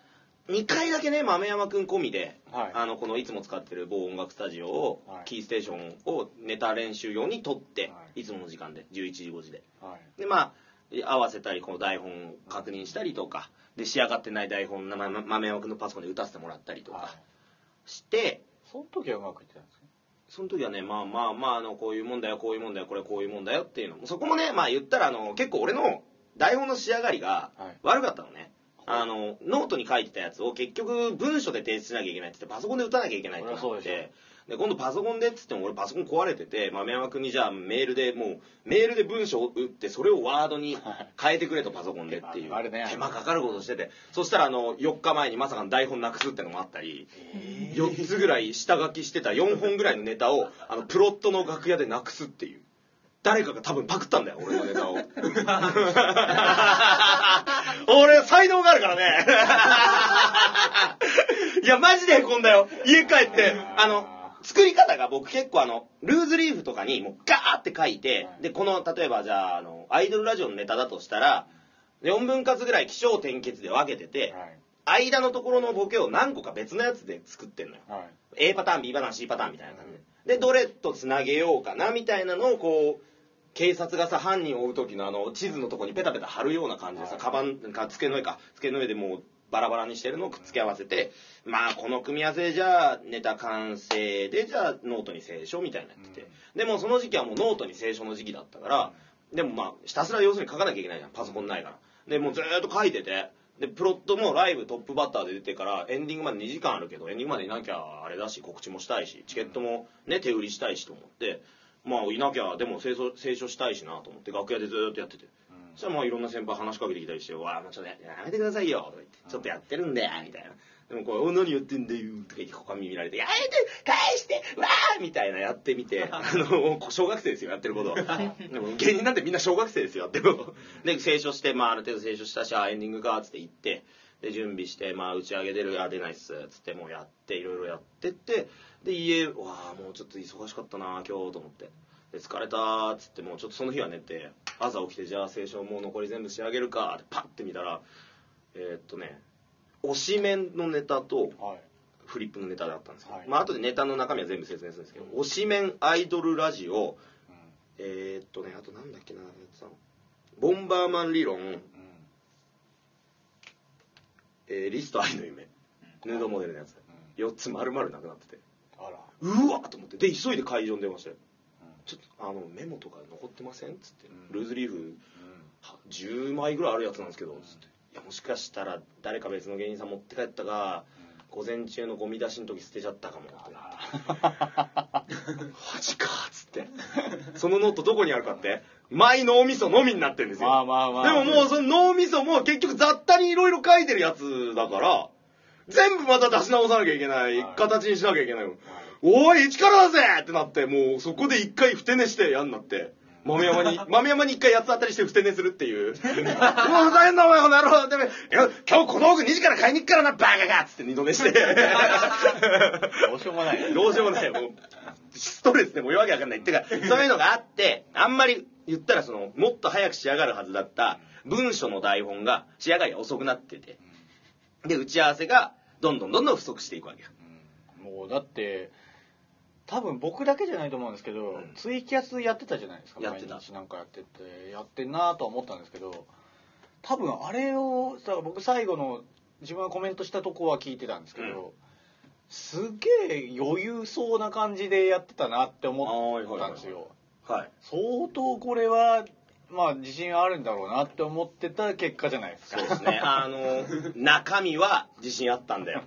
Speaker 2: 2回だけね豆山くん込みで、
Speaker 3: はい
Speaker 2: あのこのいつも使ってる某音楽スタジオを、
Speaker 3: はい
Speaker 2: キーステーションをネタ練習用に撮って、、
Speaker 3: はい
Speaker 2: つもの時間で11時5時で
Speaker 3: はい
Speaker 2: でまあ合わせたりこの台本を確認したりとかで仕上がってない台本まま豆山くんのパソコンで打たせてもらったりと
Speaker 3: はい
Speaker 2: かして、
Speaker 3: その時はうまくいってたんですか
Speaker 2: その時はね、まあまあまあ、あの、こういうもんだよ、こういうもんだよ、これこういうもんだよっていうのも。そこもね、まあ言ったら、あの、結構俺の台本の仕上がりが
Speaker 3: はい
Speaker 2: 悪かったのね。あの、ノートに書いてたやつを結局文書で提出しなきゃいけないって言って、パソコンで打たなきゃいけないってなっ
Speaker 3: そりゃそうで
Speaker 2: て。で、今度パソコンでっつっても俺パソコン壊れてて、豆山君にじゃあメールでもう、メールで文章を打って、それをワードに変えてくれとパソコンでっていう。
Speaker 3: 手間かかるね
Speaker 2: 手間かかることしてて。そしたらあの、4日前にまさかの台本なくすってのもあったり。4つぐらい下書きしてた4本ぐらいのネタをあのプロットの楽屋でなくすっていう誰かが多分パクったんだよ俺のネタを 俺才能があるからね いやマジでへこんだよ家帰ってあの作り方が僕結構あのルーズリーフとかにもうガーって書いてでこの例えばじゃああのアイドルラジオのネタだとしたら4分割ぐらい起承転結で分けてて、
Speaker 3: はい
Speaker 2: 間のところのボケを何個か別のやつで作ってんのよ。
Speaker 3: はい
Speaker 2: A パターン、B パターン、C パターンみたいな感じで。で、どれと繋げようかなみたいなのをこう、警察がさ、犯人を追う時のあの、地図のとこにペタペタ貼るような感じでさ、カバン、か机の上か、机の上でもうバラバラにしてるのをくっつけ合わせて、まあ、この組み合わせじゃあ、ネタ完成で、じゃあ、ノートに清書みたいなやってて。でも、その時期はもうノートに清書の時期だったから、でもまあ、ひたすら要するに書かなきゃいけないじゃん、パソコンないから。で、もうずーっと書いてて、で、プロットもライブトップバッターで出てから、エンディングまで2時間あるけど、エンディングまでいなきゃあれだし、告知もしたいし、チケットもね、手売りしたいしと思って、まあ、いなきゃ、でも清書、清書したいしなと思って、楽屋でずーっとやってて。そしたらまあ、いろんな先輩話しかけてきたりして、わあ、まあちょっとややめてくださいよ、とか言って、ちょっとやってるんだよ、みたいな。でもこれ、お何やってんだよ、とか言って、股間見られて、やめて返してわーみたいなやってみて、あの、小学生ですよ、やってること。でも芸人なんてみんな小学生ですよ、やってること。で、清書して、まあ、ある程度清書したし、あ、エンディングか、つって行って、で、準備して、まあ、打ち上げ出る、あ、出ないっす、つって、もうやって、いろいろやってって、で、家、わあもうちょっと忙しかったな、今日、と思って。で疲れたーっつってもうちょっとその日は寝て朝起きてじゃあ青春もう残り全部仕上げるかってパッて見たらえーっとね推しメンのネタと
Speaker 3: はい。
Speaker 2: フリップのネタだったんですけど、
Speaker 3: はい
Speaker 2: まあ後でネタの中身は全部説明するんですけど、推しメンアイドルラジオ
Speaker 3: う
Speaker 2: えー、っとねあとなんだっけなやってたのボンバーマン理論、
Speaker 3: ん。うん。
Speaker 2: えーリスト愛の夢ヌードモデルのやつ4つ丸々なくなってて
Speaker 3: あら。
Speaker 2: うわっと思ってで急いで会場に出ましたよ
Speaker 3: うん
Speaker 2: ちょっとあのメモとか残ってませんっつって、
Speaker 3: うん
Speaker 2: ルーズリーフは10枚ぐらいあるやつなんですけど、つっていやもしかしたら誰か別の芸人さん持って帰ったか午前中のゴミ出しの時捨てちゃったかもってなってマジかっつってそのノートどこにあるかって毎脳みそのみになってるんですよ
Speaker 3: まあまあまあ。
Speaker 2: でももうその脳みそも結局雑多にいろいろ書いてるやつだから、全部また出し直さなきゃいけない、
Speaker 3: はい
Speaker 2: 形にしなきゃいけない。おい、一からだぜってなって、もうそこで一回ふて寝してやんなって。豆山 に、豆山に一回八つ当たりしてふて寝するって いう。もうふざけんなお前この野郎でもいや今日小道具2時から買いに行くからな、バカがっつって二度寝 して。
Speaker 3: どうしようもない。
Speaker 2: どうしようもない。もう、ストレスでもうわけわかんない。ってか、そういうのがあって、あんまり言ったらその、もっと早く仕上がるはずだった文書の台本が仕上がりが遅くなってて、で、打ち合わせがどんどんどんどん不足していくわけよ。
Speaker 3: もうだって多分僕だけじゃないと思うんですけど、
Speaker 2: うん
Speaker 3: ツイキャスやってたじゃないですか
Speaker 2: やってた
Speaker 3: 毎日なんかやっててやってんなとは思ったんですけど多分あれをだから僕最後の自分がコメントしたとこは聞いてたんですけど、
Speaker 2: うん
Speaker 3: すげえ余裕そうな感じでやってたなって思ったんですよ
Speaker 2: はい。
Speaker 3: 相当これはまあ自信あるんだろうなって思ってた結果じゃないですか
Speaker 2: そうです ね。あの、中身は自信あったんだよ。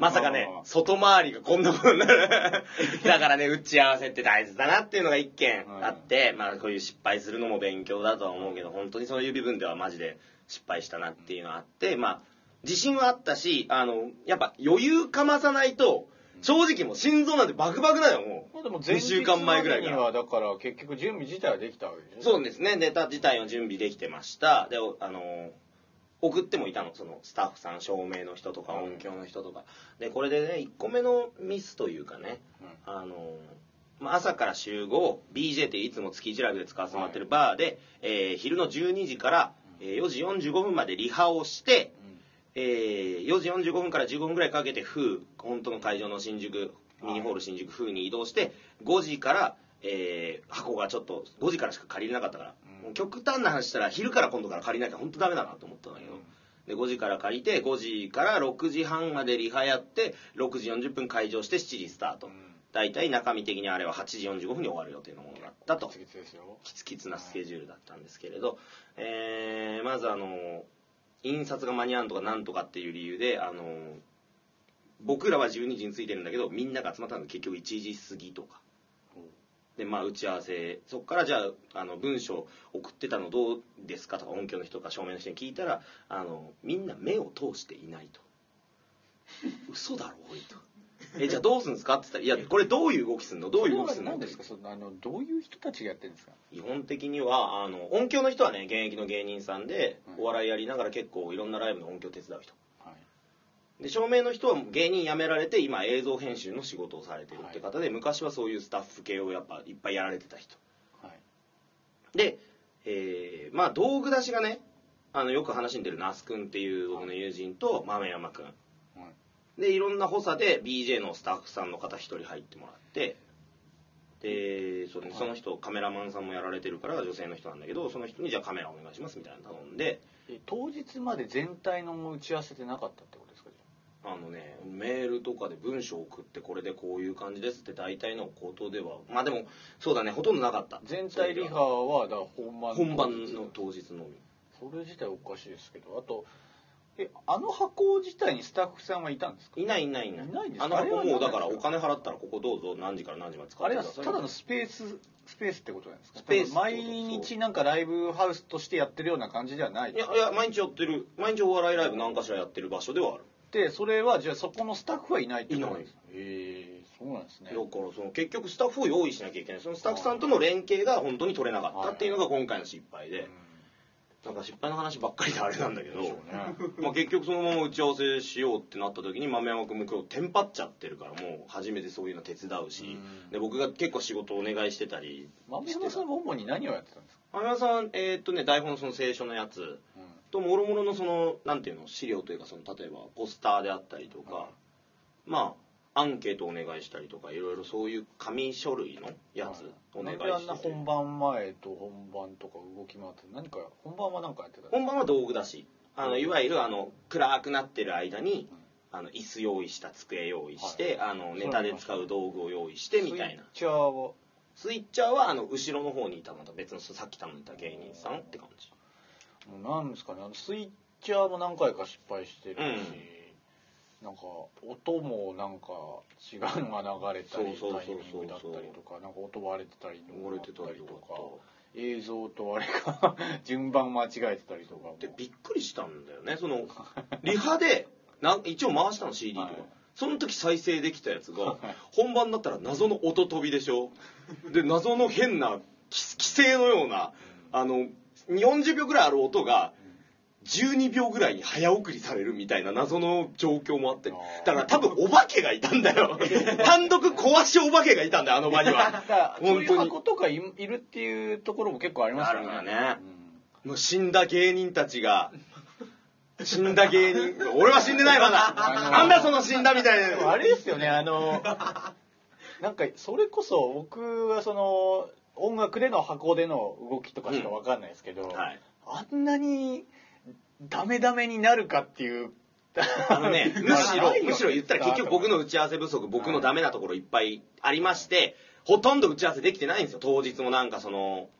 Speaker 2: まさかね
Speaker 3: あ、ー
Speaker 2: 外回りがこんなことになる。 だからね、打ち合わせって大切だなっていうのが一件あって、まあこういう失敗するのも勉強だとは思うけど、本当にそういう部分ではマジで失敗したなっていうのはあって、まあ、自信はあったし、あの、やっぱ余裕かまさないと、正直もう心臓なんてバクバクだよ、もう。
Speaker 3: まあでも
Speaker 2: 2週間前ぐらいから
Speaker 3: 前日ま。でにはだから結局準備自体はできたわけでしょ
Speaker 2: そうですね、ネタ自体を準備できてました。で、おあのー送ってもいたの、そのスタッフさん、照明の人とか
Speaker 3: うん
Speaker 2: 音響の人とか。で、これでね、1個目のミスというかね、
Speaker 3: うん
Speaker 2: あのーまあ、朝から集合、BJ っていういつも月一ライブで使わせてもらってるバーで、えー昼の12時から、えー4時45分までリハをして、
Speaker 3: うん
Speaker 2: えー4時45分から15分ぐらいかけて風本当の会場の新宿ミニホール新宿風に移動して5時から、えー箱がちょっと5時からしか借りれなかったから、
Speaker 3: うん
Speaker 2: もう極端な話したら昼から今度から借りなきゃ本当ダメだなと思ったんだけど、で5時から借りて5時から6時半までリハやって6時40分会場して7時スタート、
Speaker 3: うん
Speaker 2: 大体中身的にあれは8時45分に終わる予定のものだったと
Speaker 3: 次々ですよ
Speaker 2: キツキツなスケジュールだったんですけれど、えーまずあの印刷が間に合うとかなんとかっていう理由であの僕らは12時に着いてるんだけどみんなが集まったのが結局1時過ぎとかでまあ打ち合わせそこからじゃああの文章送ってたのどうですかとか音響の人とか照明の人に聞いたらあのみんな目を通していないと嘘だろおいと。えじゃあどうするんですかって言ったら「いやこれどういう動きするのどういう動きするの?」
Speaker 3: 何ですかそのあのどういう人たちがやってるんですか
Speaker 2: 基本的にはあの音響の人はね現役の芸人さんで
Speaker 3: うん
Speaker 2: お笑いやりながら結構いろんなライブの音響手伝う人
Speaker 3: はい
Speaker 2: で照明の人は芸人辞められて今映像編集の仕事をされてるって方で、昔はそういうスタッフ系をやっぱいっぱいやられてた人
Speaker 3: はい
Speaker 2: で、えーまあ道具出しがねあのよく話に出る那須君っていう僕の友人と豆山君
Speaker 3: はい
Speaker 2: でいろんな補佐で BJ のスタッフさんの方一人入ってもらってでそ,、その人カメラマンさんもやられてるから女性の人なんだけどその人にじゃあカメラお願いしますみたいなの頼んで
Speaker 3: え当日まで全体の打ち合わせてなかったってことですかじ
Speaker 2: あのねメールとかで文章送ってこれでこういう感じですって大体のことではまあでもそうだねほとんどなかった
Speaker 3: ゃあ全体リハはだから本番
Speaker 2: 本番の当日のみ
Speaker 3: それ自体おかしいですけどあとえあの箱自体にスタッフさんはいたんですか
Speaker 2: いないいないいない
Speaker 3: いないんですか
Speaker 2: あの
Speaker 3: あれは
Speaker 2: 箱もうだ
Speaker 3: 何なんですか
Speaker 2: からお金払ったらここどうぞ何時から何時まで使
Speaker 3: あ
Speaker 2: っ
Speaker 3: れ
Speaker 2: て
Speaker 3: は
Speaker 2: ください
Speaker 3: ただのスペーススペースってことなんですか
Speaker 2: スペース
Speaker 3: 毎日なんかライブハウスとしてやってるような感じではない
Speaker 2: いやいや毎日やってる毎日お笑いライブ何かしらやってる場所ではある
Speaker 3: でそれはじゃあそこのスタッフはいないってこと
Speaker 2: いない
Speaker 3: ですへえそうなんですね
Speaker 2: だからその結局スタッフを用意しなきゃいけないそのスタッフさんとの連携が本当に取れなかったっていうのが今回の失敗でなんか失敗の話ばっかりであれなんだけど
Speaker 3: うんでしょうね
Speaker 2: まあ結局そのまま打ち合わせしようってなった時に豆山君も今日テンパっちゃってるからもう初めてそういうの手伝うし
Speaker 3: うん
Speaker 2: で僕が結構仕事お願いしてたり
Speaker 3: 豆
Speaker 2: して
Speaker 3: 山
Speaker 2: た
Speaker 3: さんは主に何をやってたんですか、
Speaker 2: 豆山さんえーっとね台本のその聖書のやつともろもろのそのなんていうの資料というかその例えばポスターであったりとか、まあアンケートお願いしたりとかいろいろそういう紙書類のやつお願い
Speaker 3: なんであん
Speaker 2: し
Speaker 3: な
Speaker 2: てて
Speaker 3: 本番前と本番とか動き回って何か本番は何かやってた
Speaker 2: 本番は道具だしあのいわゆるあの暗くなってる間にあの椅子用意した机用意して、あのネタで使う道具を用意してみたいな
Speaker 3: スイッチャーは
Speaker 2: スイッチャーはあの後ろの方にいたまた別のさっき頼んでた芸人さんって感じ
Speaker 3: もうなんですかねあのスイッチャーも何回か失敗してるし、なんか音もなんか違うのが流れたり
Speaker 2: そうそうそうそう
Speaker 3: タイミングだったりとかなんか音割れてたりとか
Speaker 2: 汚れてたりとか
Speaker 3: 映像とあれか 順番間違えてたりとかも
Speaker 2: でびっくりしたんだよねそのリハでな一応回したの CD とか、
Speaker 3: はい
Speaker 2: その時再生できたやつが本番だったら謎の音飛びでしょで謎の変なき規制のようなあの40秒ぐらいある音が12秒ぐらいに早送りされるみたいな謎の状況もあってだから多分お化けがいたんだ よ単独壊しお化けがいたんだよあの場には
Speaker 3: だからそう
Speaker 2: 本
Speaker 3: いう
Speaker 2: 当に
Speaker 3: 箱とかいいるっていうところも結構ありますよね
Speaker 2: あるからねもう死んだ芸人たちが死んだ芸人俺は死んでないま だ
Speaker 3: の
Speaker 2: なんだその死んだみたい
Speaker 3: で
Speaker 2: な
Speaker 3: もあれですよねあの なんかそれこそ僕はその音楽での箱での動きとかしかわかんないですけど、
Speaker 2: はい
Speaker 3: あんなにダメダメになるかっていう
Speaker 2: あの ねむしろ
Speaker 3: ないよ
Speaker 2: むしろ言ったら結局僕の打ち合わせ不足僕のダメなところいっぱいありましてほとんど打ち合わせできてないんですよ当日もなんかその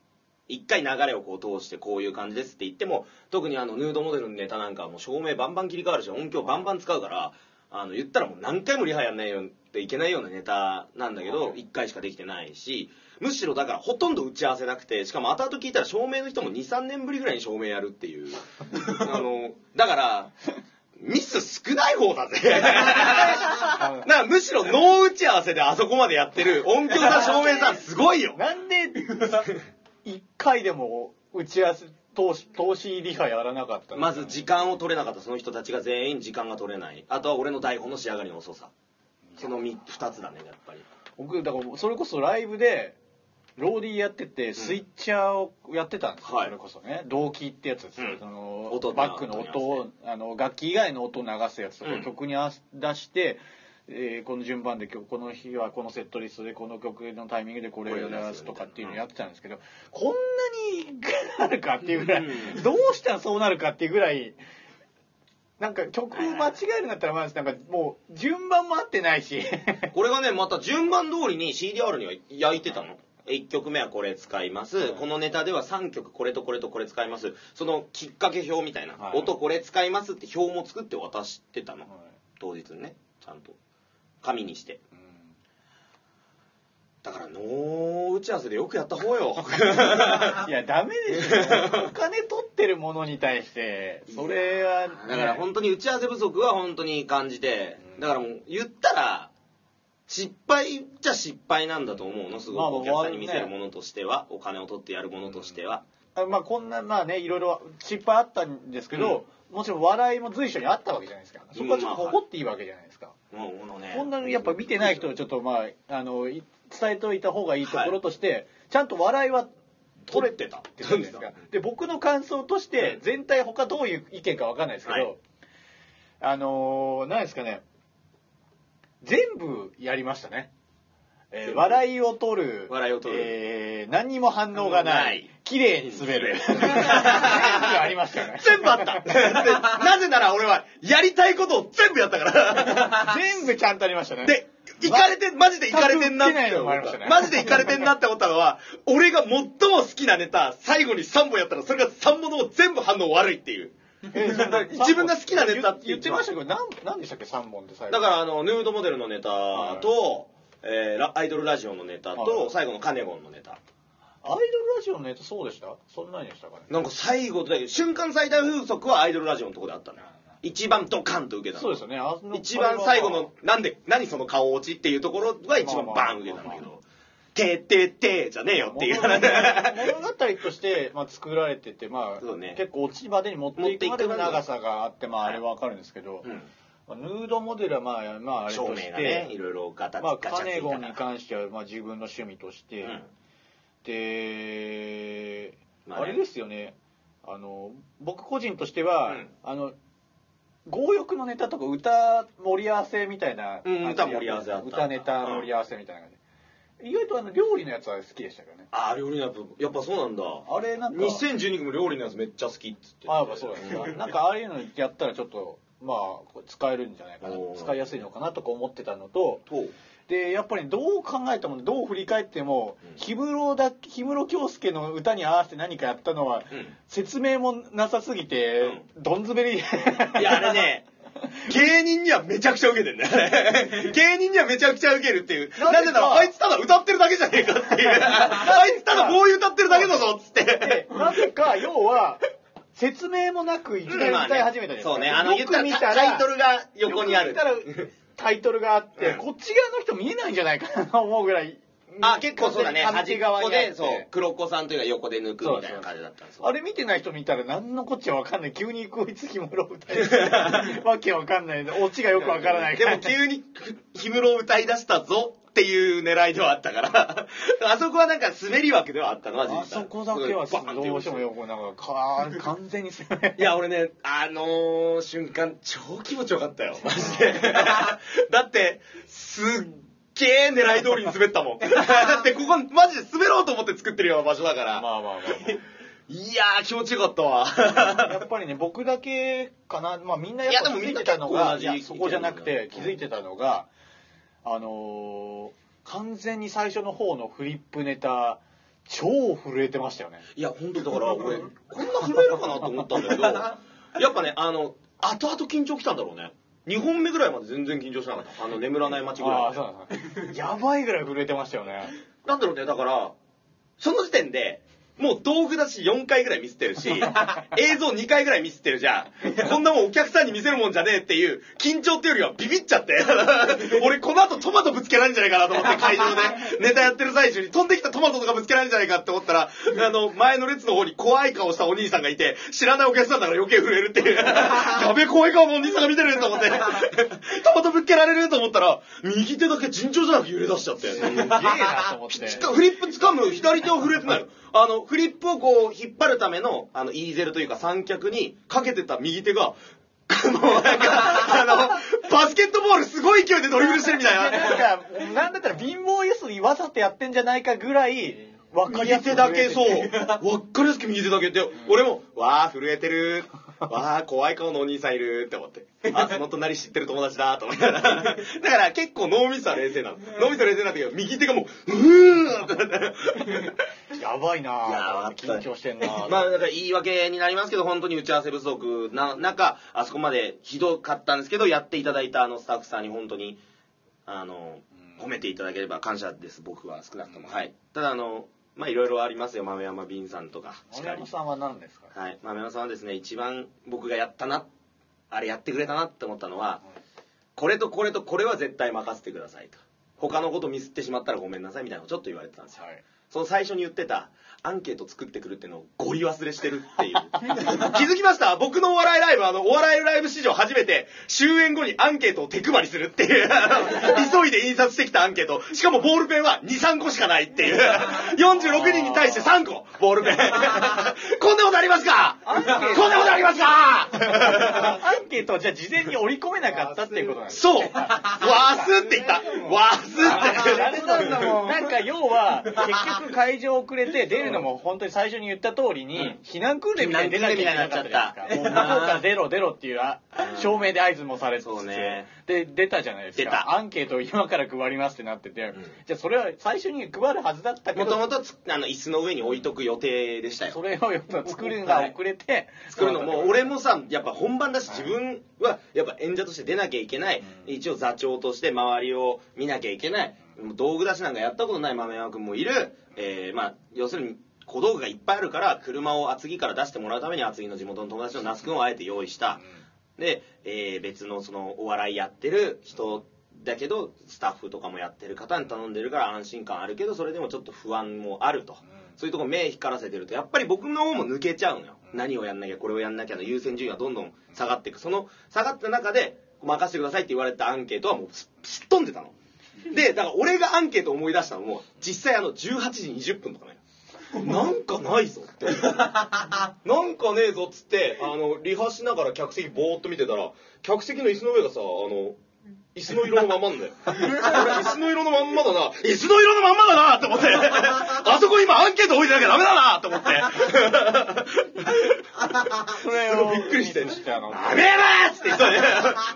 Speaker 2: 一回流れをこう通してこういう感じですって言っても特にあのヌードモデルのネタなんかはもう照明バンバン切り替わるし音響バンバン使うからあの言ったらもう何回もリハやんないよっていけないようなネタなんだけど一回しかできてないしむしろだからほとんど打ち合わせなくてしかも後々聞いたら照明の人も23年ぶりぐらいに照明やるっていう あのだからミス少ない方だぜ だからむしろノー打ち合わせであそこまでやってる音響さん照明さんすごいよ
Speaker 3: なんで一回でも打ち合わせ投資投資リハやらなかったの
Speaker 2: まず時間を取れなかったその人たちが全員時間が取れないあとは俺の台本の仕上がりの遅さそのみ二つだねやっぱり
Speaker 3: 僕だからそれこそライブでローディーやっててスイッチャーをやってたんですよ、
Speaker 2: はい
Speaker 3: それこそね同期ってやつですよ、
Speaker 2: うん
Speaker 3: その
Speaker 2: 音と
Speaker 3: バックの音
Speaker 2: 音
Speaker 3: をあの楽器以外の音を流すやつとか、
Speaker 2: うん
Speaker 3: 曲に合わせ出して、えーこの順番で今日この日はこのセットリストでこの曲のタイミングでこれを流すとかっていうのをやってたんですけど、こんなになるかっていうぐらい、
Speaker 2: うん
Speaker 3: どうしたらそうなるかっていうぐらい。なんか曲間違えるんだったらまあなんかもう順番も合ってない し
Speaker 2: これがねまた順番通りに CDR には焼いてたの1曲目はこれ使いますこのネタでは3曲これとこれとこれ使いますそのきっかけ表みたいな、
Speaker 3: はい
Speaker 2: 音これ使いますって表も作って渡してたの、当日にねちゃんと紙にしてだからノー打ち合わせでよくやった方 よ
Speaker 3: いや、ダメでしょ。お金取ってるものに対して、それは、
Speaker 2: だから本当に打ち合わせ不足は本当に感じて、だからもう言ったら失敗じゃ失敗なんだと思うのすご
Speaker 3: まあ
Speaker 2: くお客さんに見せるものとしては、お金を取ってやるものとしては、
Speaker 3: あまあ、こんな、まあね、いろいろ失敗あったんですけど、もちろん笑いも随所にあったわけじゃないですか。そこはちょっと誇っていいわけじゃないですか。
Speaker 2: もうもうね
Speaker 3: こんなのやっぱ見てない人はちょっとまあ、あの、い伝えといた方がいいところとして、ちゃんと笑いは
Speaker 2: 取れてたって
Speaker 3: で
Speaker 2: 言うんですか
Speaker 3: で僕の感想として全体他どういう意見かわかんないですけど、
Speaker 2: はい
Speaker 3: あのー、何ですかね全部やりましたね、えー笑いを取る
Speaker 2: 笑いを取る
Speaker 3: えー何にも反応がな
Speaker 2: ないい
Speaker 3: 綺麗に滑る全部ありましたよね
Speaker 2: 全部あった でなぜなら俺はやりたいことを全部やったから
Speaker 3: 全部ちゃんとありましたね
Speaker 2: で、行かれて、マジで行かれてんなっ
Speaker 3: 全く受けない
Speaker 2: て
Speaker 3: のも
Speaker 2: 思
Speaker 3: あ
Speaker 2: っ
Speaker 3: りました
Speaker 2: た。
Speaker 3: ね
Speaker 2: マジで行かれてんなって思ったのは、俺が最も好きなネタ、最後に3本やったら、それが3本とも全部反応悪いっていう。
Speaker 3: えーそんな
Speaker 2: 自分が好きなネタって言
Speaker 3: 言っ
Speaker 2: ってて
Speaker 3: ま
Speaker 2: ま
Speaker 3: し
Speaker 2: したた
Speaker 3: けど何何でしたっけ3本で最後
Speaker 2: だから、あの、ヌードモデルのネタと、えーラアイドルラジオのネタ
Speaker 3: はい
Speaker 2: と、最後のカネゴンのネタ。
Speaker 3: アイドルラジオのネタそうでしたそんなにでしたかね
Speaker 2: なんか最後だけ、瞬間最大風速はアイドルラジオのとこであったのよ。一番ドカンと受けたの
Speaker 3: そうですよねあの
Speaker 2: 一番最後の、なんで、何その顔落ちっていうところが一番バーン受けたんだけど、てってってじゃねえよっていう。
Speaker 3: 物語として、まあ、作られてて、ま
Speaker 2: そう
Speaker 3: あ
Speaker 2: ね
Speaker 3: 結構落ち葉でに持っていくまでの長さがあって、まあ、あ
Speaker 2: はい
Speaker 3: れはわかるんですけど、
Speaker 2: うん
Speaker 3: まあヌードモデルは、まあ、まあ、あれ
Speaker 2: 照
Speaker 3: と
Speaker 2: 明
Speaker 3: し
Speaker 2: がね
Speaker 3: て、
Speaker 2: いろいろガタ
Speaker 3: まあ、
Speaker 2: ガチャ
Speaker 3: カ
Speaker 2: つい
Speaker 3: ネ
Speaker 2: た
Speaker 3: ゴ
Speaker 2: か
Speaker 3: ンに
Speaker 2: ら
Speaker 3: 関しては、まあ、自分の趣味として、
Speaker 2: うん
Speaker 3: で、
Speaker 2: まあね
Speaker 3: あれですよね、あの僕個人として
Speaker 2: う
Speaker 3: は、
Speaker 2: ん
Speaker 3: あの強欲のネタとか歌盛り合わせみたいな
Speaker 2: うん
Speaker 3: 感じで
Speaker 2: 歌盛り合わせあった
Speaker 3: 歌ネタ盛り合わせみたいな感じで、意外とあの料理のやつは好きでしたけどね
Speaker 2: ああ、料理のやつ、やっぱそうなんだ。
Speaker 3: あれなんか
Speaker 2: 2012組料理のやつめっちゃ好きっつって。
Speaker 3: ああまあそうですねなんかああいうのやったらちょっとまあ使えるんじゃないかな
Speaker 2: おー
Speaker 3: 使いやすいのかなとか思ってたのと
Speaker 2: と、
Speaker 3: でやっぱりどう考えてもどう振り返っても氷室だ氷室京介の歌に合わせて何かやったのは、説明もなさすぎて、どんずべ り
Speaker 2: いや、あれ ね、芸人にはめちゃくちゃウケてんだ よね。芸人にはめちゃくちゃウケるっていう。なんでなら、あいつただ歌ってるだけじゃねえかって いう。あいつただこういう歌ってるだけだぞっつって。
Speaker 3: なぜか要は説明もなくいきなり歌い始めたじゃないですか
Speaker 2: そうね、あの、言
Speaker 3: よ
Speaker 2: った
Speaker 3: く
Speaker 2: ら
Speaker 3: 見
Speaker 2: タ
Speaker 3: た
Speaker 2: タイ
Speaker 3: ら
Speaker 2: トルが横にある
Speaker 3: よ。く見たらタイトルがあって、
Speaker 2: うん
Speaker 3: こっち側の人見えないんじゃないかなと思うぐらい
Speaker 2: あ、結構そうだね、
Speaker 3: 完
Speaker 2: 端
Speaker 3: 全
Speaker 2: っ
Speaker 3: に端
Speaker 2: こ
Speaker 3: っこにあって
Speaker 2: で、そう、黒子さんというか横で抜くみたいな感じだったんですよ
Speaker 3: あれ見てない人見たら何のこっちゃわかんない急にこいつ氷室歌い 出してわけわかんないオチがよくわからない
Speaker 2: でも急に氷室を歌い出したぞっていう狙いではあったから あそこはなんか滑り枠ではあったのは実際
Speaker 3: あそこだけは
Speaker 2: バーンって
Speaker 3: どうしてもよくなんかかー完全に攻め
Speaker 2: いや俺ねあのー瞬間超気持ちよかったよマジ でだってすっげえ狙い通りに滑ったもんだってここマジで滑ろうと思って作ってるような場所だから、
Speaker 3: まあまあまあ、
Speaker 2: いやー気持ちよかったわ
Speaker 3: まあ、やっぱりね僕だけかな、まあ、みんなやっ
Speaker 2: いや
Speaker 3: ぱ
Speaker 2: でも
Speaker 3: 気
Speaker 2: みん
Speaker 3: づい
Speaker 2: な
Speaker 3: てたのが
Speaker 2: 結構同
Speaker 3: い
Speaker 2: じ
Speaker 3: やそこじゃなく
Speaker 2: うん
Speaker 3: て気づいてたのがあのー完全に最初の方のフリップネタ超震えてましたよね
Speaker 2: いや本当だ から俺こんな震えるかなと思ったん だけどやっぱねあの後々緊張きたんだろうね2本目ぐらいまで全然緊張しなかったあの眠らない街ぐら
Speaker 3: あ
Speaker 2: い
Speaker 3: あそうなんですねやばいぐらい震えてましたよ ね
Speaker 2: なんだろうねだからその時点でもう道具だし4回ぐらいミスってるし映像2回ぐらいミスってるじゃんこんなもんお客さんに見せるもんじゃねえっていう緊張っていうよりはビビっちゃって俺この後トマトぶつけられるんじゃないかなと思って会場でネタやってる最中に飛んできたトマトとかぶつけられるんじゃないかって思ったらあの前の列の方に怖い顔したお兄さんがいて知らないお客さんだから余計震えるっていうやべえ怖い顔のお兄さんが見てると思ってトマトぶっけられると思ったら右手だけ尋常じゃなく揺れ出しちゃって
Speaker 3: すげえなと思って
Speaker 2: ちょっとフリップ掴む左手をフリップなる。あの、フリップをこう引っ張るための、あの、イーゼルというか三脚にかけてた右手が、もうなんか、あの、バスケットボールすごい勢いでドリブルしてるみたい
Speaker 3: なん
Speaker 2: な。
Speaker 3: かなんだったら貧乏ゆすりわざとやってんじゃないかぐらい分かりや
Speaker 2: 右
Speaker 3: すく震
Speaker 2: 手
Speaker 3: えて
Speaker 2: だけ、そう。 わっかりやすく右手だけで、俺も、わあ震えてる。わあ怖い顔のお兄さんいるって思って。あ、その隣知ってる友達だと思いながら。だから結構脳みそは冷静なの。脳みそは冷静なんだけど、右手がもう、うーんってなって。
Speaker 3: やばいなぁ
Speaker 2: いやーわかった
Speaker 3: 緊張してんなぁ
Speaker 2: まあ、だから言い訳になりますけど、本当に打ち合わせ不足な中、あそこまでひどかったんですけど、やっていただいたあのスタッフさんに本当に、あの、
Speaker 3: うん
Speaker 2: 褒めていただければ感謝です、僕は少なくとも。はい。ただ、あの、まあ、いろいろありますよ、豆山敏さんとか、し
Speaker 3: 丸
Speaker 2: かり
Speaker 3: 山。さんは何ですか
Speaker 2: はい。豆山さんはですね、一番僕がやったな、あれやってくれたなって思ったのは、これとこれとこれは絶対任せてくださいと。他のことミスってしまったらごめんなさいみたいなのをちょっと言われてたんですよ。
Speaker 3: はい
Speaker 2: その最初に言ってた、アンケート作ってくるってのをゴリ忘れしてるっていう。 気づきました僕のお笑いライブ、あの、お笑いライブ史上初めて、終演後にアンケートを手配りするっていう、 あの急いで印刷してきたアンケート。しかもボールペンは2、3個しかないっていう。46人に対して3個、ボールペン。 こんなことありますかこんなことありますか
Speaker 3: アンケートをじゃあ事前に織り込めなかったっていうことなんです
Speaker 2: そうわーすって言ったわーすって。
Speaker 3: あれな んだもんなんか要は結局会場遅れて出るのも本当に最初に言った通りに避難訓練みたいに出なきゃいけなかったじゃないで
Speaker 2: 避難訓練
Speaker 3: すか
Speaker 2: みたいになっちゃった
Speaker 3: もう向こうから出ろ出ろっていうあ証明で合図もされて
Speaker 2: そうね
Speaker 3: で出たじゃないです
Speaker 2: 出
Speaker 3: か
Speaker 2: た
Speaker 3: アンケートを今から配りますってなっててじゃあそれは最初に配るはずだったけ
Speaker 2: も
Speaker 3: ど
Speaker 2: ともとつあの椅子の上に置いとく予定でしたよ
Speaker 3: それをやっぱ作るのが遅れて
Speaker 2: 作るのも俺もさやっぱ本番だし自分はやっぱ演者として出なきゃいけない、一応座長として周りを見なきゃいけない、もう道具出しなんかやったことない豆山君もいる、えーまあ要するに小道具がいっぱいあるから車を厚木から出してもらうために厚木の地元の友達の那須君をあえて用意した、で、えー別のそのお笑いやってる人だけどスタッフとかもやってる方に頼んでるから安心感あるけどそれでもちょっと不安もあると、そういうとこ目光らせてるとやっぱり僕の方も抜けちゃうのよ、何をやんなきゃこれをやんなきゃの優先順位がどんどん下がっていくその下がった中で任せてくださいって言われたアンケートはもうすすっ飛んでたのでだから俺がアンケートを思い出したのも実際あの18時20分とかねなんかないぞって。 なんかねえぞっつって、あの、リハしながら客席ぼーっと見てたら、客席の椅子の上がさ、あの、椅子の色のまんまなん だよ。俺椅子の色のまんまだな。椅子の色のまんまだなと思 って。あそこ今アンケート置いてなきゃダメだなと思 って。
Speaker 3: それ
Speaker 2: すごいびっくりして。豆山っつって急いで、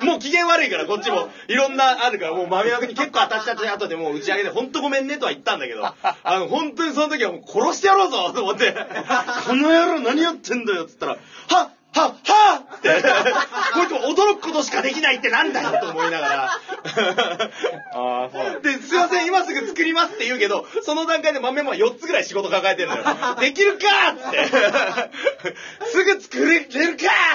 Speaker 2: もう機嫌悪いから、こっちも、いろんなあるから、もう豆山君に結構私たち後でもう打ち上げで、ほんとごめんねとは言ったんだけど、あの、本当にその時はもう殺してやろうぞと思って、この野郎何やってんだよっつったら、はっはっはっって、こいつも驚くことしかできないってなんだよと思いながら、
Speaker 3: ああ、そう。
Speaker 2: で、すいません、今すぐ作りますって言うけど、その段階で豆も4つぐらい仕事抱えてるのよ。できるかーっつって。すぐ作れるかー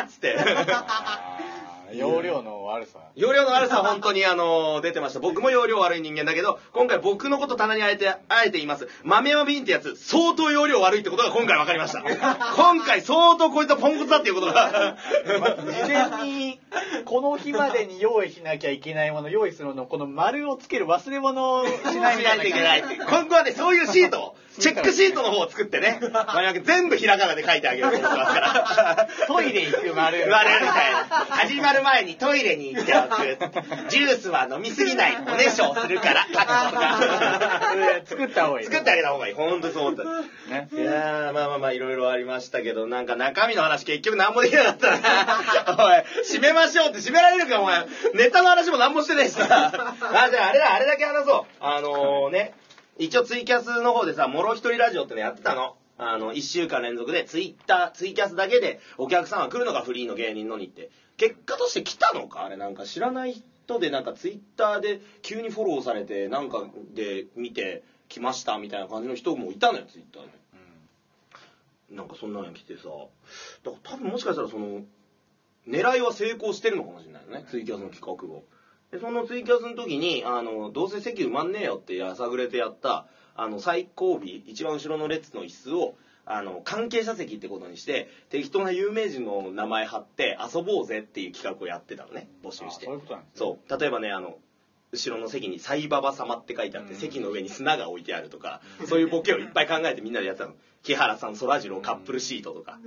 Speaker 2: っつって。
Speaker 3: あー容量の悪さ。
Speaker 2: 容量の悪さは本当にあの出てました。僕も容量悪い人間だけど、今回僕のこと棚にあえて、あえて言います。豆山瓶ってやつ、相当容量悪いってことが今回分かり ました。今回相当こいつはポンコツだっていうことが。
Speaker 3: 事前に、この日までに用意しなきゃいけないもの、用意するもの、この丸をつける忘れ物をし
Speaker 2: し
Speaker 3: な
Speaker 2: ないい
Speaker 3: み
Speaker 2: みた
Speaker 3: たい
Speaker 2: い
Speaker 3: な
Speaker 2: といけない。今後はね、そういうシートを、チェックシートの方を作ってね、真逆全部ひらがなで書いてあげようと思ってますから。
Speaker 3: トイレ行く丸。
Speaker 2: 言われるみたいな。始まる前にトイレに行っておく。ジュースは飲みすぎない。おねしょをする から。
Speaker 3: 作った方がいい。
Speaker 2: 作ってあげた方がいい。ほんとそう思った。
Speaker 3: ね。
Speaker 2: いやー、まあまあまあ、いろいろありましたけど、なんか中身の話結局何もできなかったな。 おい、締めましょうって締められるか、お前。ネタの話も何もしてないし さ。あ、じゃああれだ、あれだけ話そう。あのー、ね、一応ツイキャスの方でさ、もろ一人ラジオってのやってたの。あの、一週間連続でツイッター、ツイキャスだけでお客さんが来るのがフリーの芸人のにって。結果として来たのかあれなんか知らない人でなんかツイッターで急にフォローされて、なんかで見て来ましたみたいな感じの人もいたのよ、ツイッターで。なんかそんなの来てさ、だから多分もしかしたらその、狙いは成功してるのかもしれないよね、ツイキャスの企画を。で、そのツイキャスの時に、あの、どうせ席埋まんねえよってやさぐれてやった、あの、最後尾、一番後ろの列の椅子を、あの、関係者席ってことにして、適当な有名人の名前貼って遊ぼうぜっていう企画をやってたのね、募集して
Speaker 3: あそういうことなんです。
Speaker 2: そう。例えばね、あの、後ろの席に「サイババ様」って書いてあって、
Speaker 3: うん
Speaker 2: 席の上に砂が置いてあるとか、そういうボケをいっぱい考えてみんなでやってたの木原さんそらジローカップルシートと か、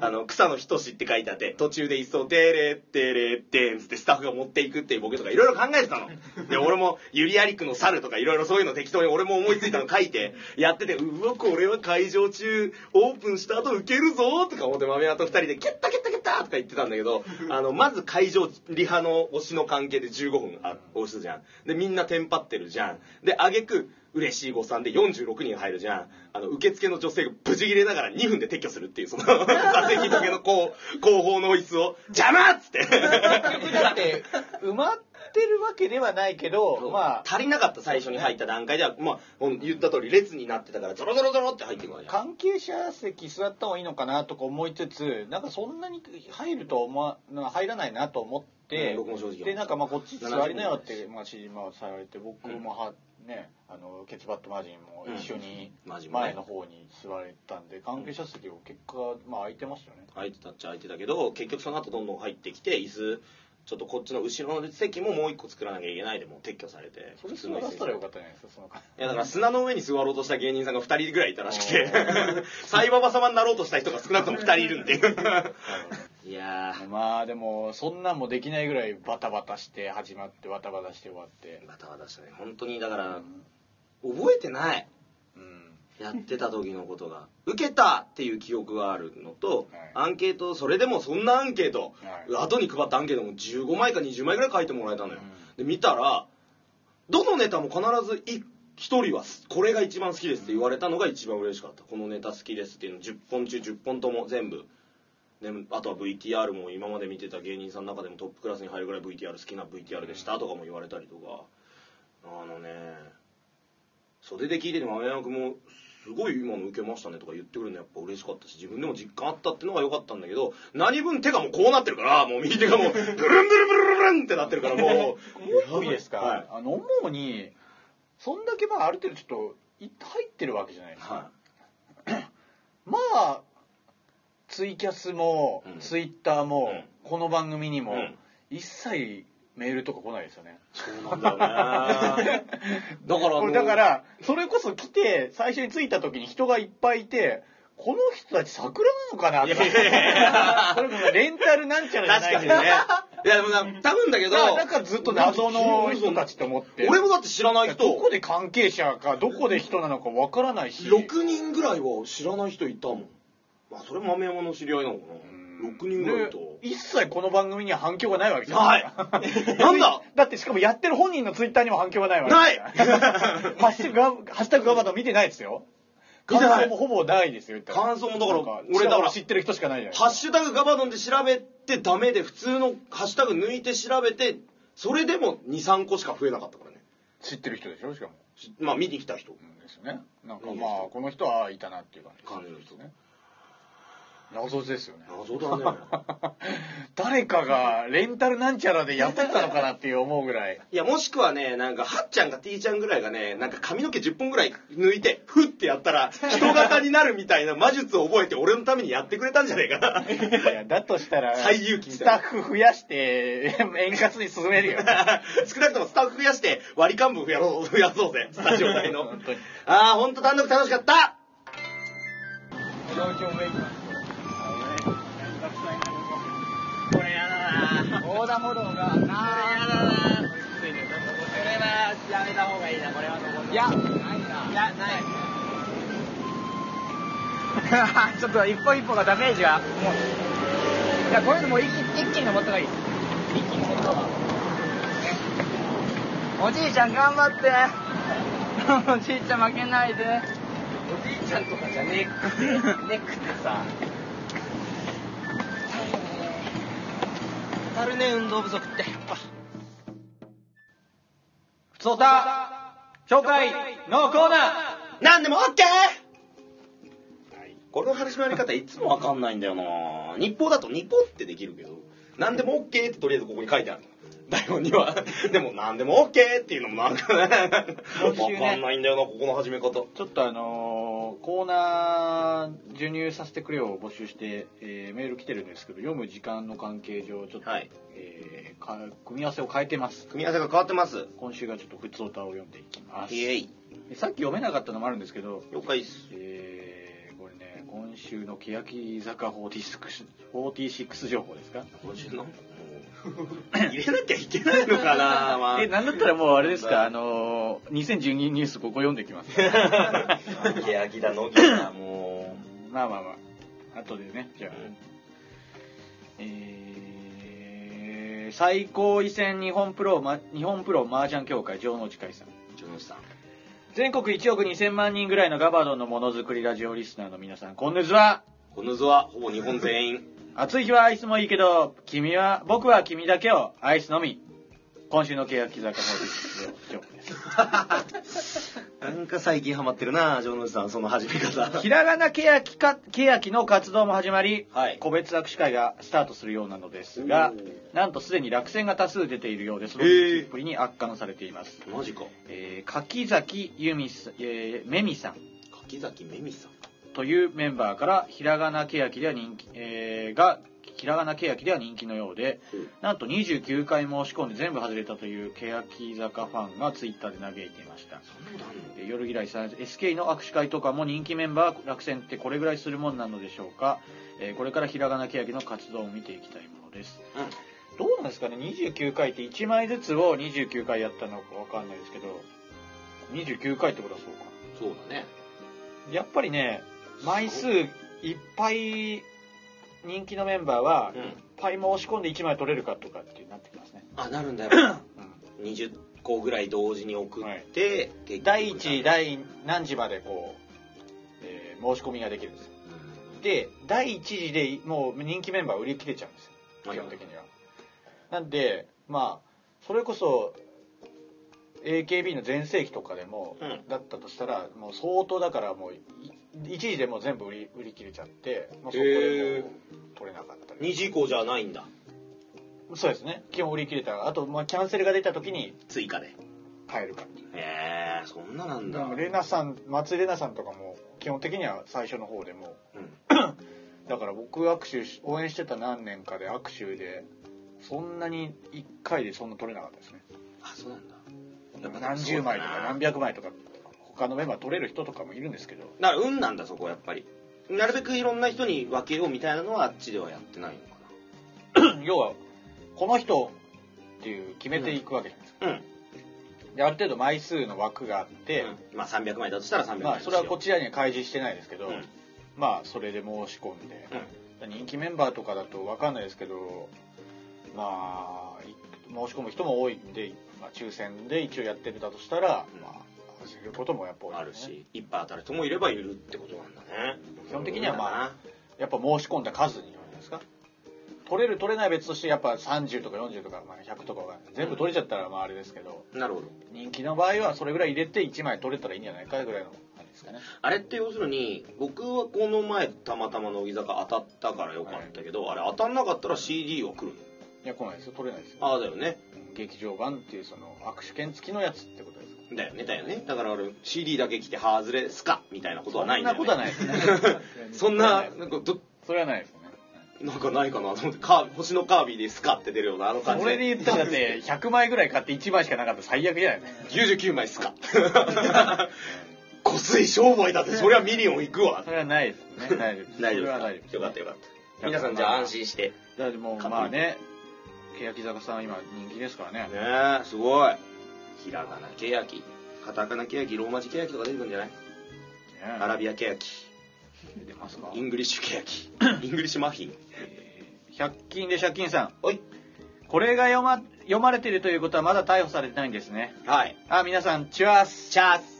Speaker 2: あの草野仁って書いてあって途中で一層「テレッテレッテン」つってスタッフが持っていくっていうボケとかいろいろ考えてたので俺もユリアリックの猿とかいろいろそういうの適当に俺も思いついたの書いてやっててうわこれは会場中オープンした後ウケるぞとか思って豆屋と二人で「キャッタキャッタキャッタ」とか言ってたんだけどあのまず会場リハの推しの関係で15分あ押すじゃんでみんなテンパってるじゃんで挙句嬉しい誤算で46人入るじゃんあの受付の女性がブチ切れながら2分で撤去するっていうその 座席だけの後後方の椅子を「邪魔!」っつって
Speaker 3: だって、埋まってるわけではないけど、まあ、
Speaker 2: 足りなかった最初に入った段階では、まあ、ほん言った通り列になってたからゾロゾロゾロって入ってくるわけじゃん
Speaker 3: 関係者席座った方がいいのかなとか思いつつなんかそんなに入ると思わな入らないなと思って、
Speaker 2: うん僕も正直思った
Speaker 3: でなんかまあこっち座りなよっ
Speaker 2: 70
Speaker 3: て、まあ、指示もされて僕もは、ねあのケツバットマジンも一緒に
Speaker 2: うんマジもね
Speaker 3: 前の方に座れたんで関係者席を結果、まあ、空いてましたよね
Speaker 2: 空いてたっちゃ空いてたけど結局その後どんどん入ってきて椅子ちょっとこっちの後ろの席ももう一個作らなきゃいけないでもう撤去されて
Speaker 3: それ座らせたらよかったじゃないですか その
Speaker 2: いやだから砂の上に座ろうとした芸人さんが2人ぐらいいたらしくて サイババ様になろうとした人が少なくとも2人いるんでいやー
Speaker 3: まあでもそんなんもできないぐらいバタバタして始まってバタバタして終わって、
Speaker 2: バタバタしたね本当にだから覚えてない
Speaker 3: うん、
Speaker 2: やってた時のことが受けたっていう記憶があるのと、
Speaker 3: は
Speaker 2: アンケートそれでもそんなアンケート、
Speaker 3: は
Speaker 2: 後に配ったアンケートも15枚か20枚ぐらい書いてもらえたのよ、で見たらどのネタも必ず1人はすこれが一番好きですって言われたのが一番嬉しかったこのネタ好きですっていうの10本中10本とも全部であとは VTR も今まで見てた芸人さんの中でもトップクラスに入るぐらい VTR 好きな VTR でしたとかも言われたりとかあのね袖で聞いてて豆山君もすごい今の受けましたねとか言ってくれるのやっぱ嬉しかったし自分でも実感あったってのが良かったんだけど何分手がもうこうなってるからもう右手がもうブルンブルンブルンブルンってなってるからも
Speaker 3: もういいですか、
Speaker 2: はい
Speaker 3: あの思うにそんだけまあある程度ちょっとい入ってるわけじゃないで
Speaker 2: う
Speaker 3: すか、
Speaker 2: は
Speaker 3: まあツイキャスも、
Speaker 2: うん
Speaker 3: ツイッターも、
Speaker 2: うん
Speaker 3: この番組にも、
Speaker 2: うん
Speaker 3: 一切メールとか来ないですよね。
Speaker 2: そうなんだよねだから
Speaker 3: これだから、それこそ来て、最初に着いた時に人がいっぱいいて、この人たち桜なのかなって。 それもレンタルなんちゃらじゃ
Speaker 2: 確
Speaker 3: な
Speaker 2: かにね
Speaker 3: いけどね。
Speaker 2: いやでもな多分だけど
Speaker 3: なんかずっと謎の人たちと思って。
Speaker 2: 俺もだって知らない人
Speaker 3: どこで関係者か、どこで人なのかわからないし。
Speaker 2: 6人ぐらいは知らない人いたもんまあそれ豆山の知り合いなのかな6人ぐらいいた
Speaker 3: で一切この番組には反響がないわけじゃん
Speaker 2: ないなんだ
Speaker 3: だってしかもやってる本人のツイッターにも反響がないわけ
Speaker 2: ない
Speaker 3: じゃん ハッシュタグガハッシュタグガバドン見てないですよ
Speaker 2: 見
Speaker 3: 感
Speaker 2: てない
Speaker 3: 想もほぼないですよ言った
Speaker 2: 感想もだから
Speaker 3: なん
Speaker 2: 俺だから
Speaker 3: 知ってる人しかないじゃない
Speaker 2: ハッシュタグガバドンで調べてダメで普通のハッシュタグ抜いて調べてそれでも23個しか増えなかったからね
Speaker 3: 知ってる人でしょしかも、
Speaker 2: しまあ見に来た人
Speaker 3: うん、ですよねなんか
Speaker 2: いい
Speaker 3: ま
Speaker 2: です
Speaker 3: あこの人はああいたなっていう感
Speaker 2: 感じの人
Speaker 3: ね謎ですよね
Speaker 2: 謎だね
Speaker 3: 誰かがレンタルなんちゃらでやってたのかなっていう思うぐらい
Speaker 2: いやもしくはねなんかはっちゃんか T ちゃんぐらいがねなんか髪の毛10本ぐらい抜いてフッてやったら人型になるみたいな魔術を覚えて俺のためにやってくれたんじゃねえかない
Speaker 3: やだとしたら
Speaker 2: 最有機み
Speaker 3: ス
Speaker 2: たいな
Speaker 3: タッフ増やして 円滑に進めるよ
Speaker 2: 少なくともスタッフ増やして割り勘分増やろう増やそうぜスタジオ内の
Speaker 3: 本当に
Speaker 2: ああ本当単独楽しかった
Speaker 6: 横断歩道がこれやだなこれはやめた方がいいなこれはないやいやないちょっと一歩一歩がダメージがもういやこういうのもう一気一気に登った方がいい一気に登った方がいいおじいちゃん頑張っておじいちゃん負けないでおじいちゃんとかじゃねえくてねくてさ足るね運動不足って
Speaker 7: ふつおた紹介のコーナー
Speaker 2: なんでも OK! これの話のやり方いつもわかんないんだよな日報だと日報ってできるけどなんでも OK ってとりあえずここに書いてある台本にはでもなんでも OK っていうのもなんかね
Speaker 3: 今週
Speaker 2: わ
Speaker 3: ね
Speaker 2: かんないんだよなここの始め方
Speaker 3: ちょっとあのーコーナー授乳させてくれを募集して、えーメール来てるんですけど読む時間の関係上ちょっと、
Speaker 2: はい
Speaker 3: えーか組み合わせを変えてます
Speaker 2: 組み合わせが変わってます
Speaker 3: 今週がちょっと普通歌を読んでいきます
Speaker 2: イエイ
Speaker 3: さっき読めなかったのもあるんですけど、
Speaker 2: 了解っす
Speaker 3: えーこれね今週の欅坂46 46情報ですか
Speaker 2: 50の入れなきゃいけないのか な、まあ、
Speaker 3: えなんだったらもうあれですか
Speaker 2: はい
Speaker 3: あのー2012ニュースここ読んできます
Speaker 2: ケヤキだのぎだも
Speaker 3: まあまあまあ後でねじゃあ
Speaker 2: う、
Speaker 3: えー最高位戦日本プロ、ま、日本プロ麻雀協会城之内会さん
Speaker 2: 城之内さん
Speaker 3: 全国1億2000万人ぐらいのガバドンのものづくりラジオリスナーの皆さんこんにちは
Speaker 2: この図はほぼ日本全員
Speaker 3: 暑い日はアイスもいいけど君は僕は君だけをアイスのみ今週の欅坂46情報です
Speaker 2: なんか最近ハマってるな城之内さんその始め方
Speaker 3: ひらがなけやきか、けやきの活動も始まり、
Speaker 2: はい
Speaker 3: 個別握手会がスタートするようなのですが
Speaker 2: おー、
Speaker 3: なんとすでに落選が多数出ているようで、その
Speaker 2: へー
Speaker 3: 実っぷりに悪化のされています。
Speaker 2: マジか
Speaker 3: えー柿崎由美さん、えーめみさん
Speaker 2: 柿崎めみさん
Speaker 3: というメンバーから、ひらがなけやきでは人気、えーが、ひらがなけやきでは人気のようで、
Speaker 2: うん
Speaker 3: なんと29回申し込んで全部外れたというけやき坂ファンがツイッターで嘆いていました。
Speaker 2: そんなことあんの
Speaker 3: えー夜嫌いさん SK の握手会とかも人気メンバー落選ってこれぐらいするもんなのでしょうか、えーこれからひらがなけやきの活動を見ていきたいものです、どうなんですかね29回って1枚ずつを29回やったのかわかんないですけど29回ってことはそうか
Speaker 2: そうだね
Speaker 3: やっぱりね枚数いっぱい人気のメンバーは
Speaker 2: う
Speaker 3: いっ
Speaker 2: ん
Speaker 3: ぱい申し込んで1枚取れるかとかってなってきますね、
Speaker 2: あなる んだよ
Speaker 3: う
Speaker 2: 20個ぐらい同時に送って、結
Speaker 3: ん、
Speaker 2: 局
Speaker 3: 第1第何時までこう、えー申し込みができるんですよ
Speaker 2: うん
Speaker 3: で第1次でもう人気メンバー売り切れちゃうんですよ
Speaker 2: はい
Speaker 3: 基本的にはなんでまあそれこそ AKB の全盛期とかでも、
Speaker 2: うん
Speaker 3: だったとしたらもう相当だからもう1時でもう全部売り売り切れちゃって、まあ、そこ
Speaker 2: へー
Speaker 3: でもう取れなかったり
Speaker 2: 2時以降じゃないんだ
Speaker 3: そうですね基本売り切れたあと、まあ、キャンセルが出た時に
Speaker 2: 追加で
Speaker 3: 買えるか
Speaker 2: へえそんななん
Speaker 3: で
Speaker 2: だ
Speaker 3: もレナさん松井レナさんとかも基本的には最初の方でもう
Speaker 2: うん
Speaker 3: だから僕握手し応援してた何年かで握手でそんなに1回でそんな取れなかったですね
Speaker 2: あそうなんだ
Speaker 3: やっぱ何十枚とか何百枚とか他のメンバー取れる人とかもいるんですけど
Speaker 2: だから運なんだそこはやっぱりなるべくいろんな人に分けようみたいなのはあっちではやってないのか
Speaker 3: 要はこの人っていう決めていくわけじゃないですか、
Speaker 2: なうん
Speaker 3: である程度枚数の枠があって、
Speaker 2: うんまあ300枚だとしたら300枚
Speaker 3: まあそれはこちらには開示してないですけど、
Speaker 2: うん
Speaker 3: まあそれで申し込んで、人気メンバーとかだと分かんないですけどまあい申し込む人も多いんで、まあ、抽選で一応やってるだとしたら、
Speaker 2: うん
Speaker 3: まあ外れることもやっぱ多い、
Speaker 2: あるしいっぱい当たる人もいればいるってことなんだね
Speaker 3: 基本的にはまあ
Speaker 2: あ
Speaker 3: やっぱ申し込んだ数によるんですか取れる取れない別としてやっぱ30とか40とか、まあ、100とかが全部取れちゃったらまああれですけど
Speaker 2: なるほど
Speaker 3: 人気の場合はそれぐらい入れて1枚取れたらいいんじゃないかぐらいのあれですかね
Speaker 2: あれって要するに僕はこの前たまたま乃木坂当たったからよかったけど、あれ当たんなかったら CD は来るの
Speaker 3: いや来ないですよ取れないですよ
Speaker 2: ああだよね
Speaker 3: 劇場版っていうその握手券付きのやつってことですか
Speaker 2: だよねだよねだから俺 CD だけ来てハズレスカみたいなことはないんだよ、ね、
Speaker 3: そんなことはないですね
Speaker 2: そんななんかど
Speaker 3: それはないですよね
Speaker 2: なんかないかなと思ってカー星のカービィでスカって出るようなあの感じ
Speaker 3: 俺で言ったらだって100枚ぐらい買って1枚しかなかったら最悪じゃないですか
Speaker 2: 99枚スカ こすい商売だってそりゃミリオンいくわ
Speaker 3: それはないですねないです
Speaker 2: 大丈夫
Speaker 3: それ
Speaker 2: ですか
Speaker 3: は大丈夫です
Speaker 2: よかったよかった皆さんじゃあ安心して
Speaker 3: だってもうまあね欅坂さん今人気ですからね
Speaker 2: ねえすごいひらがなけやきカタカナけやきローマ字けやきとか出てくるんじゃないアラビアけやき
Speaker 3: 出てますか
Speaker 2: イングリッシュけやき イングリッシュマフィン
Speaker 3: 100均で借金さん
Speaker 2: おい
Speaker 3: これが読ま読まれてるということはまだ逮捕されてないんですね
Speaker 2: はい
Speaker 3: あ皆さんチュアス
Speaker 2: チャース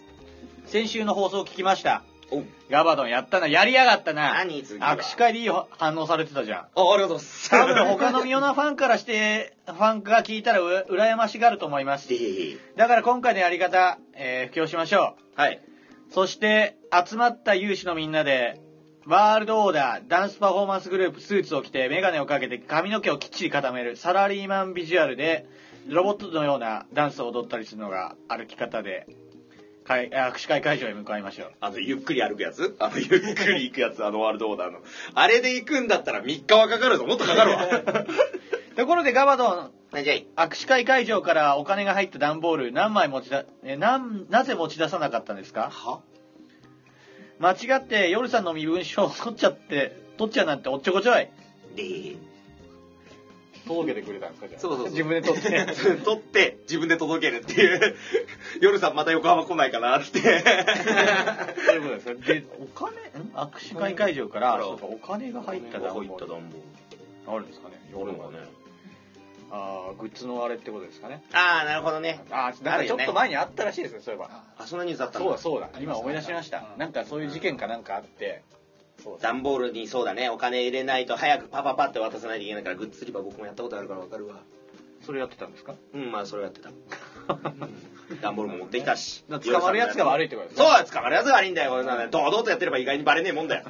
Speaker 3: 先週の放送聞きました
Speaker 2: お
Speaker 3: ガバドンやったなやりやがったな
Speaker 2: 何次は
Speaker 3: 握手会でいい反応されてたじゃん
Speaker 2: あありがとうございます
Speaker 3: 多分 他のミオナファンからして、ファンが聞いたらう羨ましがると思います
Speaker 2: い。えいえいえ
Speaker 3: だから今回のやり方、えー布教しましょ
Speaker 2: はい。
Speaker 3: う。そして、集まった有志のみんなで、ワールドオーダー、ダンスパフォーマンスグループ、スーツを着て、メガネをかけて、髪の毛をきっちり固める、サラリーマンビジュアルで、ロボットのようなダンスを踊ったりするのが歩き方で、かい握手会会場へ向かいましょう。
Speaker 2: あの、ゆっくり歩くやつあの、ゆっくり行くやつ、あの、ワールドオーダーの。あれで行くんだったら3日はかかるぞ。もっとかかる わ。
Speaker 3: ところでガバドン、
Speaker 2: なんじゃい
Speaker 3: 握手会会場からお金が入った段ボール何枚持ちだ、え、なん、なぜ持ち出さなかったんですか
Speaker 2: は
Speaker 3: 間違って夜さんの身分証を取っちゃって、取っちゃうなんておっちょこちょい。
Speaker 2: で、
Speaker 3: 届けてくれたんですかじゃあ。
Speaker 2: そうそうそう
Speaker 3: 自分で取って。
Speaker 2: 取って、 自分で届けるっていう。夜さんまた横浜来ないかなって。
Speaker 3: そういうことですよで、お金、ん握手会会場から、
Speaker 2: うん
Speaker 3: そうか、お金が入った段ボール。
Speaker 2: ンボ
Speaker 3: あるんですかね。
Speaker 2: ールのね。
Speaker 3: ああ、グッズのあれってことですかね。
Speaker 2: ああ、なるほどね。
Speaker 3: ああ、なんかちょっと前にあったらしいですね、そういえば。
Speaker 2: あ、そんなニュースあったん
Speaker 3: そう
Speaker 2: だ
Speaker 3: だそうだ。今思い出しました。なんかそういう事件かなんかあって。そうだ。
Speaker 2: 段ボールにそうだね、お金入れないと早くパパパって渡さないといけないから、グッズ売り場僕もやったことあるからわかるわ。
Speaker 3: それやってたんですか
Speaker 2: うん、まあそれやってた。段ボールも持ってきたし。
Speaker 3: だから捕まるやつが悪いってことです
Speaker 2: そうだ、捕まるやつが悪いんだよ、これなの。堂々とやってれば意外にバレねえも んだよ。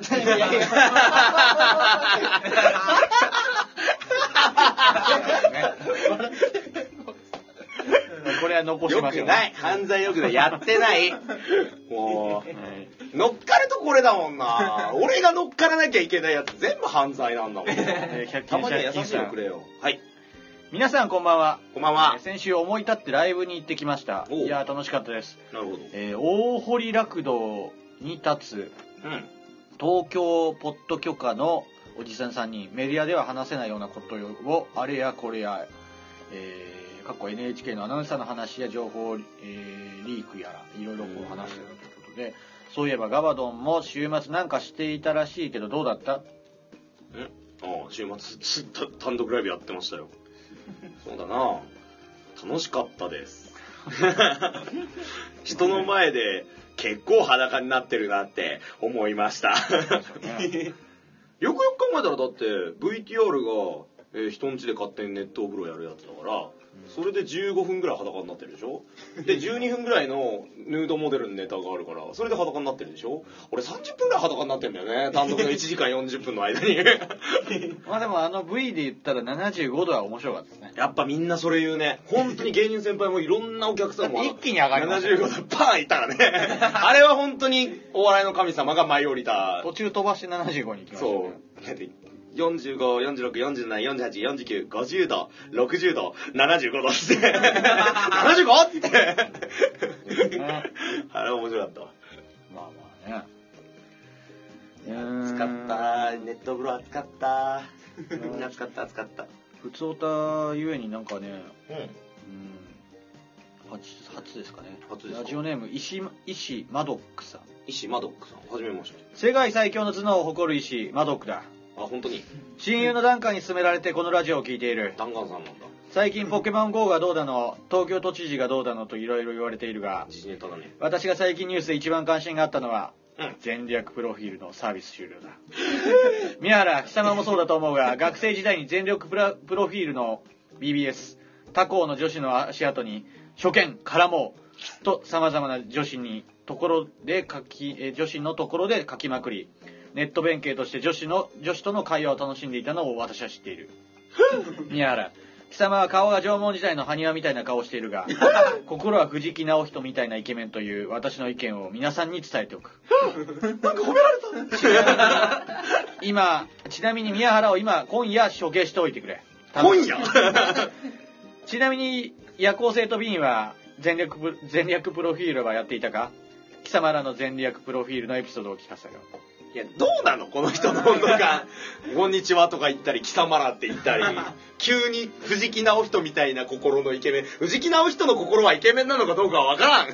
Speaker 3: これは残し
Speaker 2: よ
Speaker 3: まし
Speaker 2: く
Speaker 3: ょう。
Speaker 2: ない。犯罪よくない。やってない。もう、乗っかるとこれだもん な。俺が乗っからなきゃいけないやつ全部犯罪なんだもん。
Speaker 3: えー100均
Speaker 2: たまには優しい
Speaker 3: 借金さ
Speaker 2: の
Speaker 3: ん
Speaker 2: くれよ。はい。
Speaker 3: 皆さんこんばんは。
Speaker 2: こんばんは
Speaker 3: えー。先週思い立ってライブに行ってきました。
Speaker 2: おう
Speaker 3: いやー楽しかったです。
Speaker 2: なるほど。
Speaker 3: えー大堀楽道に立つ
Speaker 2: うん。
Speaker 3: 東京ポッド許可のおじさん3人、メディアでは話せないようなことを、あれやこれや、えー、過去 NHK のアナウンサーの話や情報、えーリークやら、いろいろこう話してるということで、そういえばガバドンも週末なんかしていたらしいけどどうだった
Speaker 2: んああ週末つた単独ライブやってましたよそうだな楽しかったです人の前で結構裸になってるなって思いましたよくよく考えたらだって VTR が、えー人ん家で勝手に熱湯風呂やるやつだからそれで15分ぐらい裸になってるでしょで12分ぐらいのヌードモデルのネタがあるからそれで裸になってるでしょ俺30分ぐらい裸になってんだよね単独の1時間40分の間に
Speaker 3: まあでもあの V で言ったら75度は面白かったですね。
Speaker 2: やっぱみんなそれ言うね。本当に芸人先輩もいろんなお客さんも。
Speaker 3: だって一気に上がりましたよ
Speaker 2: 75度パーンいったからね。 あれは本当にお笑いの神様が舞い降りた。
Speaker 3: 途中飛ばして75に行きましたね
Speaker 2: そう。だって45、46、47、48、49、50度、60度、75度っつって、75! って言って、あれ面白かったわ。
Speaker 3: まあまあね。うーん
Speaker 2: 暑かった、ネット風呂暑かった、みんな暑かった、暑かった。
Speaker 3: 普通おたゆえになんかね、
Speaker 2: うん。
Speaker 3: うん、初初ですかね。
Speaker 2: 初ですか
Speaker 3: ラジオネーム、石、石マドックさん。
Speaker 2: 石マドックさん、はじめまして。
Speaker 3: 世界最強の頭脳を誇る石、マドックだ。
Speaker 2: あ、本当に、
Speaker 3: 親友のダンカンに勧められてこのラジオを聞いている。
Speaker 2: 弾丸さんなんだ。
Speaker 3: 最近ポケモン GO がどうだの、東京都知事がどうだのといろいろ言われているが、
Speaker 2: 自信ネタだね。
Speaker 3: 私が最近ニュースで一番関心があったのは、
Speaker 2: うん
Speaker 3: 全略プロフィールのサービス 終了だ宮原貴様もそうだと思うが学生時代に全力プラプロフィールの BBS 他校の女子の足跡に初見からもうとさまざまな女子にところで書きえー女子のところで書きまくりネット弁慶として女子の女子との会話を楽しんでいたのを私は知って いる宮原貴様は顔が縄文時代の埴輪みたいな顔をしている が心は藤木直人みたいなイケメンという私の意見を皆さんに伝えて おくなんか褒められた 今ちなみに宮原を今今夜処刑しておいてくれ
Speaker 2: 今 夜
Speaker 3: ちなみに夜行性とビンは全力プ全略プロフィールはやっていたか貴様らの全略プロフィールのエピソードを聞か せろ
Speaker 2: いや、どうなのこの人の温度感。こんにちはとか言ったり、貴様らって言ったり、急に藤木直人みたいな心のイケメン。藤木直人の心はイケメンなのかどうかはわからん。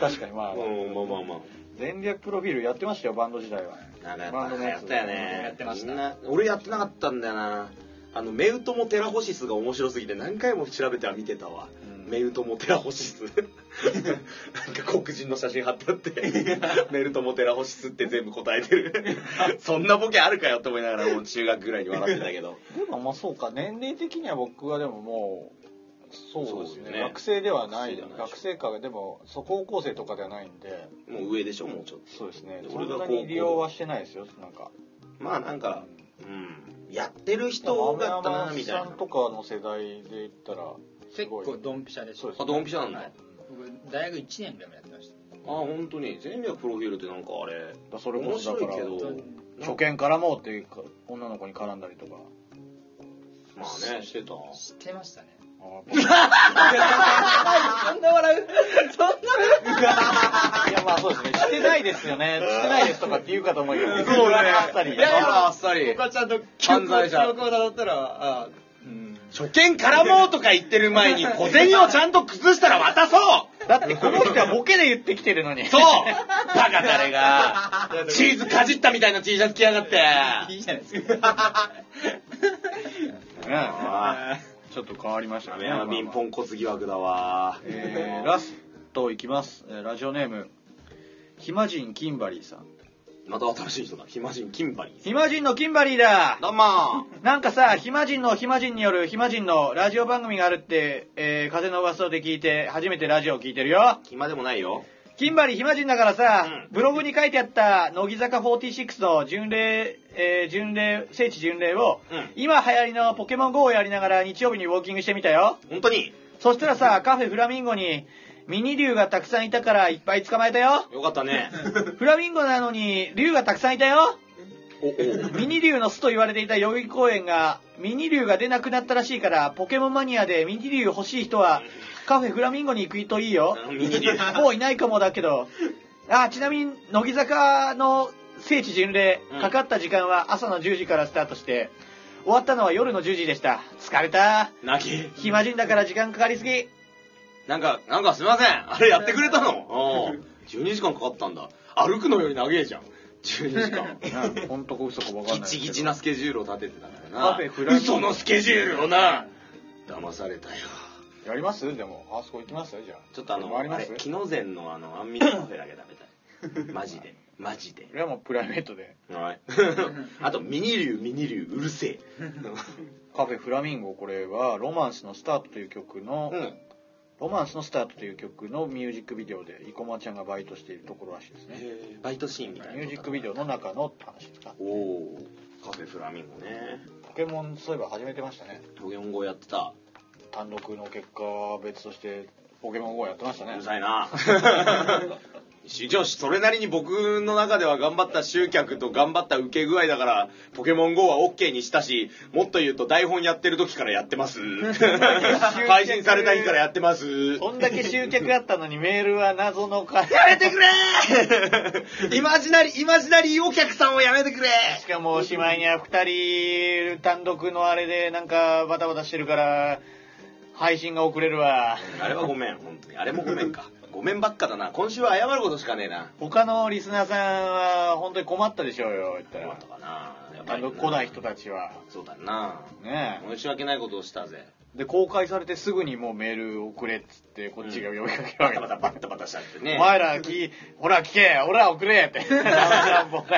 Speaker 3: 確かにまあ
Speaker 2: うん、まあまあまあ。
Speaker 3: 全略プロフィールやってましたよバンド時代は
Speaker 2: なんかやっ
Speaker 3: バン
Speaker 2: ぱ
Speaker 3: ドの
Speaker 2: 流
Speaker 3: や
Speaker 2: 行
Speaker 3: つ
Speaker 2: ったよね。
Speaker 3: やってました
Speaker 2: みんな俺やってなかったんだよな。あの、メウトモテラホシスが面白すぎて何回も調べては見てたわ。
Speaker 3: うん
Speaker 2: メウトモテラホシ ス。なんか黒人の写真貼ってあって、 メウトモテラホシスって全部答えてる。そんなボケあるかよって思いながらもう中学ぐらいに笑ってたけど。
Speaker 4: でもまあそうか年齢的には僕はでももうそうです
Speaker 2: そうで
Speaker 4: ね
Speaker 2: すね
Speaker 4: 学生ではない
Speaker 2: 学生ではない
Speaker 4: 学生かでもそ高校生とかではないんで
Speaker 2: もう上でしょ、もうちょっと。
Speaker 4: そうですねそ
Speaker 2: 俺が
Speaker 4: ん
Speaker 2: 高
Speaker 4: な
Speaker 2: 校
Speaker 4: に利用はしてないですよなんか
Speaker 2: まあなんか、うん。やってる人
Speaker 4: 青
Speaker 2: だったな、
Speaker 4: 山
Speaker 2: みたい
Speaker 4: さ
Speaker 2: な。
Speaker 4: んとかの世代で言ったらす
Speaker 8: 結
Speaker 4: ごい
Speaker 8: 構ドンピシャでし
Speaker 4: そう
Speaker 8: ょ
Speaker 4: です
Speaker 2: あ、ドンピシャなんだ。
Speaker 8: は
Speaker 2: あ
Speaker 8: い、僕大学1年ぐらいもやってました
Speaker 2: 本当に。全力プロフィールってなんかあれ、
Speaker 3: だそれこそだから
Speaker 2: 面白いけど、
Speaker 3: 初見からもうっていうか女の子に絡んだりとか
Speaker 2: まあね、してた。
Speaker 8: 知ってましたね
Speaker 4: そん な笑うそん ないやまあそうですねしてないですよねしてないですとかって言うかと思うけど
Speaker 2: そうね
Speaker 4: あったり
Speaker 2: いやいやあっさり
Speaker 8: 僕はちゃんと
Speaker 2: 犯罪者
Speaker 8: 記憶をたどったらあ
Speaker 2: 初見絡もうとか言ってる前に小銭をちゃんと崩したら渡そう
Speaker 3: だってこの人はボケで言ってきてるのに
Speaker 2: そうバカ誰が チーズかじったみたいな T シャツ着やがって
Speaker 8: いいじゃないですか
Speaker 2: あ
Speaker 3: ちょっと変わりました
Speaker 2: ダ
Speaker 3: ね
Speaker 2: メな民ン骨疑惑だわ
Speaker 3: えーラストいきます、えーラジオネーム暇人キンバリーさん
Speaker 2: また新しい人だ暇人キンバリーさ
Speaker 3: 暇人のキンバリーだ
Speaker 2: んどうも
Speaker 3: なんかさ暇人の暇人による暇人のラジオ番組があるって、えー風の噂で聞いて初めてラジオを聞いてるよ
Speaker 2: 暇でもないよ
Speaker 3: キンバリー暇人だからさ、
Speaker 2: うん
Speaker 3: ブログに書いてあった乃木坂46の巡礼、えー巡礼聖地巡礼を、
Speaker 2: うん
Speaker 3: 今流行りのポケモン GO をやりながら日曜日にウォーキングしてみたよ
Speaker 2: 本当に
Speaker 3: そしたらさカフェフラミンゴにミニ竜がたくさんいたからいっぱい捕まえたよ
Speaker 2: よかった ね
Speaker 3: フラミンゴなのに竜がたくさんいたよ
Speaker 2: おお
Speaker 3: ミニ竜の巣と言われていた代々木公園がミニ竜が出なくなったらしいからポケモンマニアでミニ竜欲しい人はカフェフラミンゴに行くといいよ
Speaker 2: ミニ竜
Speaker 3: もういないかもだけどあちなみに乃木坂の聖地巡礼
Speaker 2: うん
Speaker 3: かかった時間は朝の10時からスタートして終わったのは夜の10時でした疲れた
Speaker 2: 泣き
Speaker 3: 暇人だから時間かかり すぎ
Speaker 2: なんかなんかすいませんあれやってくれたのうん12時間かかったんだ歩くのより長えじゃん12時間
Speaker 3: 本当か嘘か分
Speaker 2: ギチギチなスケジュールを立ててたからな。
Speaker 3: カフェフラミンゴ
Speaker 2: 嘘のスケジュールをな。騙されたよ。
Speaker 4: やりますでもあそこ行きますじゃあ
Speaker 2: ちょっとあの、
Speaker 4: 回り
Speaker 2: あ
Speaker 4: ます
Speaker 2: れ、木の前のあの、アンミカカフェだけ食 べたい。マジで。マジで
Speaker 3: こ。れはもうプライベートで
Speaker 2: はい。 あと、ミニ竜、ミニ竜、うるせ え。
Speaker 3: カフェフラミンゴこれは「ロマンスのスタート」という曲の「
Speaker 2: うん。
Speaker 3: ロマンスのスタート」という曲のミュージックビデオで生駒ちゃんがバイトしているところらしいですね
Speaker 2: えーバイトシーンみたいな。
Speaker 3: ミュージックビデオの中の話ですか
Speaker 2: オ。おー。カフェフラミンゴね。
Speaker 3: ポケモンそういえば始めてましたね
Speaker 2: ポケモン GO やってた。
Speaker 3: 単独の結果は別としてポケモン GO やってました
Speaker 2: う
Speaker 3: ね
Speaker 2: るさいな。一応それなりに僕の中では頑張った集客と頑張った受け具合だからポケモン GO は OK にしたしもっと言うと台本やってる時からやってます 配信された日からやってます
Speaker 3: こんだけ集客あったのにメールは謎の回。
Speaker 2: やめてくれ イマジナリイマジナリお客さんをやめてくれ
Speaker 3: しかも、しまいには二人単独のあれでなんかバタバタしてるから、配信が遅れるわ。
Speaker 2: あれはごめん本当にあれもごめんかごめんばっかだな今週は謝ることしかねえな
Speaker 3: 他のリスナーさんは本当に困ったでしょうよ、言った
Speaker 2: 困っ
Speaker 3: ら
Speaker 2: た。かなやっぱ
Speaker 3: 単
Speaker 2: り
Speaker 3: 独来ない人たちは。
Speaker 2: そうだな
Speaker 3: ね
Speaker 2: 申し訳ないことをしたぜ
Speaker 3: え。で、公開されてすぐにもうメール送れっつって、こっちが呼びかける
Speaker 2: バ
Speaker 3: わけ
Speaker 2: タバタ
Speaker 3: だ
Speaker 2: バタバタしちゃってね
Speaker 3: お前らき、ほら聞け、ほら送れって。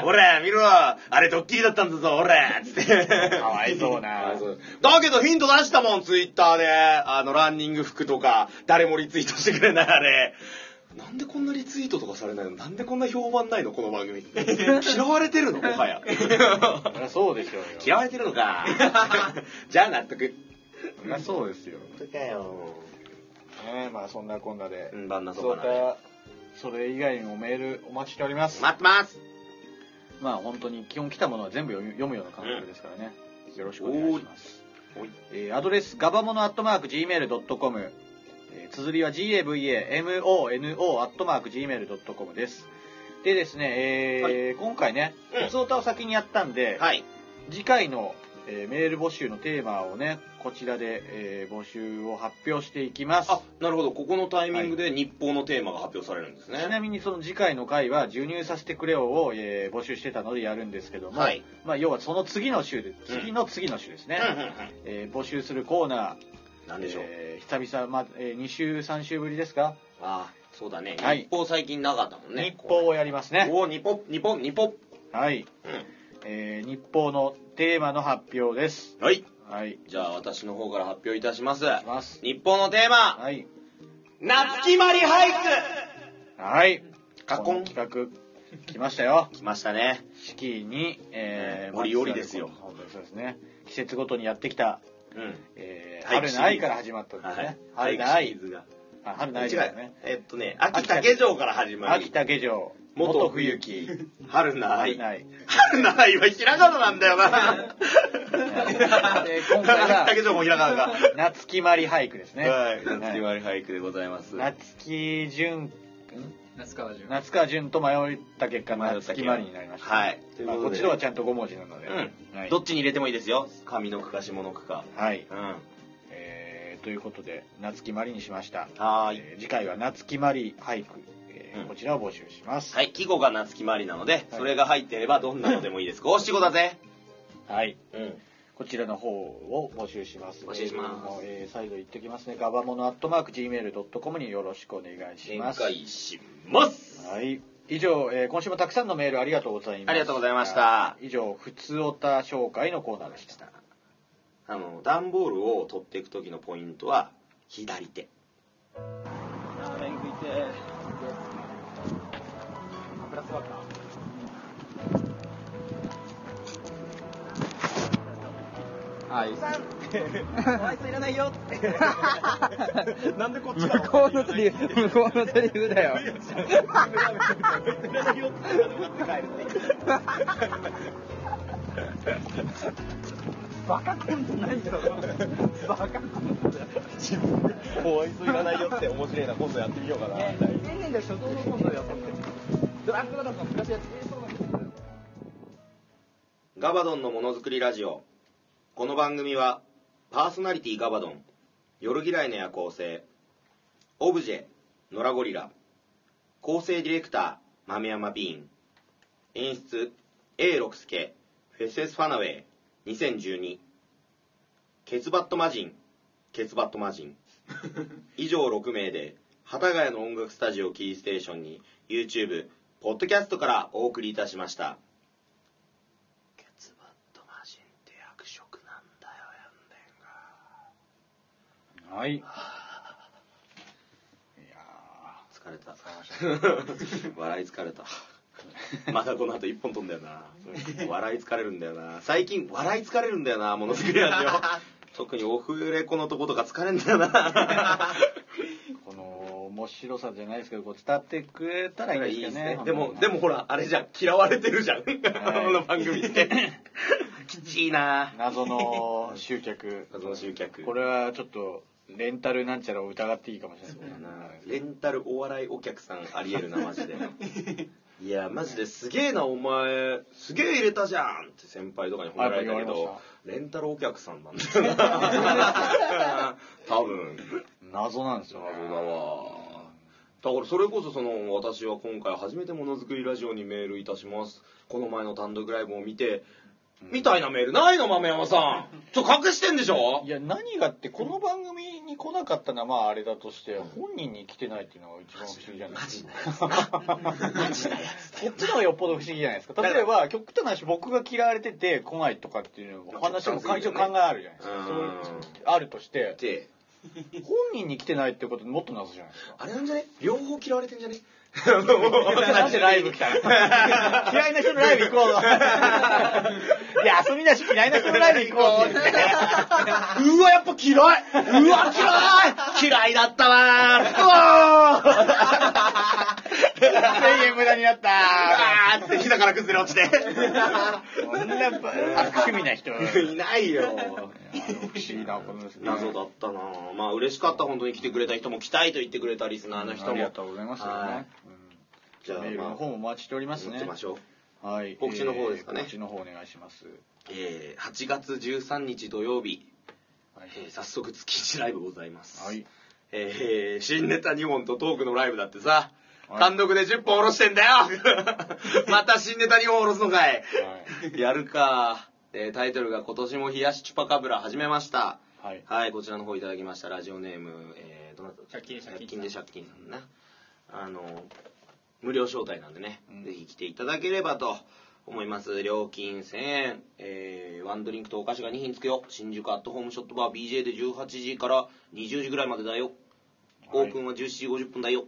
Speaker 2: ほら、見ろあれドッキリだったんだぞ、ほらつって。
Speaker 3: かわいそうな
Speaker 2: あそう だけどヒント出したもん、ツイッターで。あの、ランニング服とか、誰もリツイートしてくれない、あれ。なんでこんなリツイートとかされないのなんでこんな評判ないのこの 番組。嫌われてるのもはや。
Speaker 3: そりゃそうでしょうよ。
Speaker 2: 嫌われてるのか。 じゃあ納得。
Speaker 3: そりゃそうですよ。
Speaker 2: 納得かよ。
Speaker 3: ねえ、まあそんなこんなで。
Speaker 2: うん、バンナそ
Speaker 3: そうう
Speaker 2: かな。
Speaker 3: か。それ以外にもメールお待ちしております。
Speaker 2: 待ってます。
Speaker 3: まあ本当に基本来たものは全部読む読むような感覚ですからね。よろしくお願いします
Speaker 2: おい。
Speaker 3: えーアドレス、ガバモノアットマーク Gmail.com。えー綴りは GAVAMONO アットマーク Gmail.com です。でですね、えー今回ね、
Speaker 2: うん
Speaker 3: 普通歌を先にやったんで、
Speaker 2: はい。
Speaker 3: 次回の、えーメール募集のテーマをね、こちらで、えー募集を発表していきます。
Speaker 2: あ、なるほど。ここのタイミングで日報のテーマが発表されるんです
Speaker 3: ちな
Speaker 2: ね。
Speaker 3: みにその次回の回は「授乳させてくれよ」を、えー募集してたのでやるんですけども、
Speaker 2: はい
Speaker 3: まあ、要はその次の週で次の次の週ですね、
Speaker 2: うんうんうん。
Speaker 3: えー募集するコーナ
Speaker 2: なん
Speaker 3: ー、
Speaker 2: でしょう。
Speaker 3: えー久々、まあえ2週3週ぶりですか、
Speaker 2: ああそうだね、
Speaker 3: はい
Speaker 2: 日報最近なかったもんね
Speaker 3: 日報をやりますね
Speaker 2: おお日報日報日報
Speaker 3: はい、えー日報のテーマの発表です
Speaker 2: はい
Speaker 3: はい
Speaker 2: じゃあ私の方から発表いたします
Speaker 3: いきます
Speaker 2: 日報のテーマ
Speaker 3: はい
Speaker 2: 「夏決まり俳句
Speaker 3: はい
Speaker 2: カコン
Speaker 3: この企画来ましたよ」
Speaker 2: 来ましたね
Speaker 3: 四季に、えー
Speaker 2: 折々ですよ
Speaker 3: 本当にそうですね季節ごとにやってきた
Speaker 2: うん
Speaker 3: えー
Speaker 2: はい
Speaker 3: 春の愛から始まったんですね。春の
Speaker 2: はいシ
Speaker 3: 愛
Speaker 2: リー。ズが
Speaker 3: あ春の愛
Speaker 2: 違
Speaker 3: です
Speaker 2: う
Speaker 3: ね。
Speaker 2: えっとね秋竹城から始ま
Speaker 3: 秋
Speaker 2: り
Speaker 3: 田下城、
Speaker 2: 元
Speaker 3: 元
Speaker 2: 冬
Speaker 3: 冬
Speaker 2: 木
Speaker 3: 木。
Speaker 2: 春の愛
Speaker 3: 春の愛
Speaker 2: 春の愛はひらがななん だよな
Speaker 3: で今回が
Speaker 2: 秋竹城もひらがなか
Speaker 3: 夏木まり俳句ですね。
Speaker 2: はい夏決
Speaker 3: はい
Speaker 2: まり俳句でございます
Speaker 3: 夏木純、
Speaker 8: 夏川淳。
Speaker 3: 夏川純と迷った結果、夏木まりになりました。
Speaker 2: はい
Speaker 3: まあ、こっちのはちゃんと5文字なので。
Speaker 2: うん
Speaker 3: はい
Speaker 2: どっちに入れてもいいですよ上の句か下の句か
Speaker 3: はい。
Speaker 2: うんは
Speaker 3: えーということで、夏木まりにしました。
Speaker 2: ーい
Speaker 3: えー次回は夏木まり俳句、えー
Speaker 2: うん
Speaker 3: こちらを募集します。
Speaker 2: はい季語が夏木まりなので、それが入ってればどんなのでもいいです五七五だぜ
Speaker 3: はい
Speaker 2: うん
Speaker 3: こちらの方を募集します。
Speaker 2: 募集します
Speaker 3: えー再度言ってきますね。ガバモノアットマーク Gmail.com によろしくお願いし
Speaker 2: 展
Speaker 3: ます。は
Speaker 2: 開します
Speaker 3: い。以上、えー今週もたくさんのメールありがとうございました。
Speaker 2: ありがとうございました。
Speaker 3: 以上、普通おた紹介のコーナーでした。
Speaker 2: あの段ボールを取っていく時のポイントは左手
Speaker 5: はい。
Speaker 2: なん でこっ
Speaker 5: 向こうのセリフ、向こうのセリフだよ。
Speaker 2: お愛想いらないよって面白いな今度やってみようかなガバドンのものづくりラジオこの番組はパーソナリティガバドン夜嫌いの夜行性オブジェノラゴリラ構成ディレクター豆山ビーン演出 A 六輔フェセスファナウェイ2012ケツバットマジンケツバットマジン以上6名で幡ヶ谷の音楽スタジオキーステーションに YouTube ポッドキャストからお送りいたしましたケツバットマジンって役職なんだよ
Speaker 3: はい。いや
Speaker 2: やんでんが疲れた 笑い疲れたまたこの後一本飛んだよな 笑い疲れるんだよな最近笑い疲れるんだよなものづくりなん だよ特にオフレコのとことか疲れんだよな
Speaker 3: ーこの、も面白さじゃないですけどこう伝ってくれたらい
Speaker 2: い
Speaker 3: い
Speaker 2: い
Speaker 3: で
Speaker 2: ですす
Speaker 3: けどね
Speaker 2: ね。でも、でもほら、あれじゃん、嫌われてるじゃん。 この番組って。 きちい な
Speaker 3: 謎の集客
Speaker 2: 謎の集客
Speaker 3: これはちょっとレンタルなんちゃらを疑っていいかもしれない
Speaker 2: レンタルお笑いお客さんありえるな、マ ジで。いや、マジですげえな、お前、すげえ入れたじゃんって先輩とかに褒められたけ
Speaker 3: あやっぱ言われ
Speaker 2: ど
Speaker 3: ま、
Speaker 2: レンタルお客さんなんだ よな。多分。
Speaker 3: 謎なんですよね
Speaker 2: 謎だわだからそれこそその私は今回初めてものづくりラジオにメールいたしますこの前の単独ライブを見て、みたいなメールないの豆山さんちょっと隠してんでしょ
Speaker 3: いや何がってこの番組に来なかったのはまああれだとして本人に来てないっていうのが一番不思議じゃないですか こっちの方がよっぽど不思議じゃないですか例えば極端な話僕が嫌われてて来ないとかっていうのも話も一応考えあるじゃないですか
Speaker 2: うん
Speaker 3: そうあるとして
Speaker 2: って
Speaker 3: 本人に来てないってこともっと謎じゃないですか
Speaker 2: あれなんじゃね両方嫌われてんじゃね
Speaker 3: なんでライブ来たの嫌いな人のライブ行こう いや遊びだし嫌い な人のライブ行こ うって
Speaker 2: うわやっぱ嫌いうわ嫌い嫌いだったわーうわー
Speaker 3: 1000円無駄になった
Speaker 2: あーって膝から崩れ落ちて
Speaker 3: そんなやっぱ悪趣味な人
Speaker 2: いないよ
Speaker 3: 不思議なことですね。
Speaker 2: 謎だったなぁまあ嬉しかった本当に来てくれた人も来たいと言ってくれたリスナーの人
Speaker 3: ありが
Speaker 2: も
Speaker 3: とうございますよ
Speaker 2: は
Speaker 3: ね
Speaker 2: い。じ
Speaker 3: じ
Speaker 2: ゃ
Speaker 3: ゃ
Speaker 2: あ
Speaker 3: あメール
Speaker 2: ま
Speaker 3: の
Speaker 2: あ
Speaker 3: 方もお待ちしております
Speaker 2: 持っ
Speaker 3: ね
Speaker 2: て。ましょう
Speaker 3: はい。
Speaker 2: 告知の方ですかね
Speaker 3: えー告知の方お願いします。
Speaker 2: えー8月13日土曜日、
Speaker 3: はい
Speaker 2: えー早速月1ライブございます、
Speaker 3: はい。
Speaker 2: えー新ネタ2本とトークのライブだってさ
Speaker 3: はい
Speaker 2: 単独で10本下ろしてんだよ また新ネタ2本下ろすのかい、やるか、えータイトルが「今年も冷やしチュパカブラ始めました」
Speaker 3: はい。
Speaker 2: はい、こちらの方いただきました。ラジオネーム、えー、どなた
Speaker 8: 借金借金
Speaker 2: 借金で借金さんな。あの、無料招待なんでね、
Speaker 3: うん
Speaker 2: ぜひ来ていただければと思います。料金1000円、えー、ワンドリンクとお菓子が2品付くよ。新宿アットホームショットバー BJ で18時から20時ぐらいまでだよ。オ
Speaker 3: はい
Speaker 2: ープンは17時50分だよ。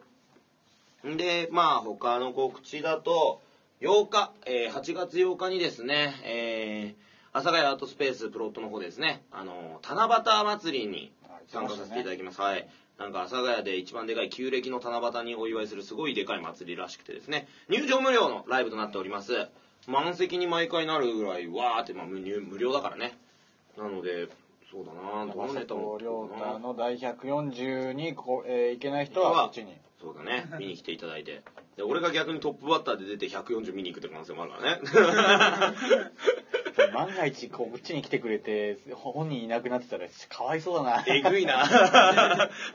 Speaker 2: んで、まあ、他の告知だと、8日、えー8月8日にですね、えー、阿佐ヶ谷アートスペースプロットの方ですね、あの、七夕祭りに参加させていただきます。はい。なんか、阿佐ヶ谷で一番でかい旧暦の七夕にお祝いするすごいでかい祭りらしくてですね、入場無料のライブとなっております。満席に毎回なるぐらい、わーって、まあ、無入無料だからね。なので、そうだなどのネタも
Speaker 3: 佐藤亮太の第140にこ、えー、いけない人はこっちに。
Speaker 2: そうだね見に来ていただいてで俺が逆にトップバッターで出て140見に行くって可能性もあるからね
Speaker 3: 万が一こうこっちに来てくれて本人いなくなってたらかわいそうだな。
Speaker 2: えぐいな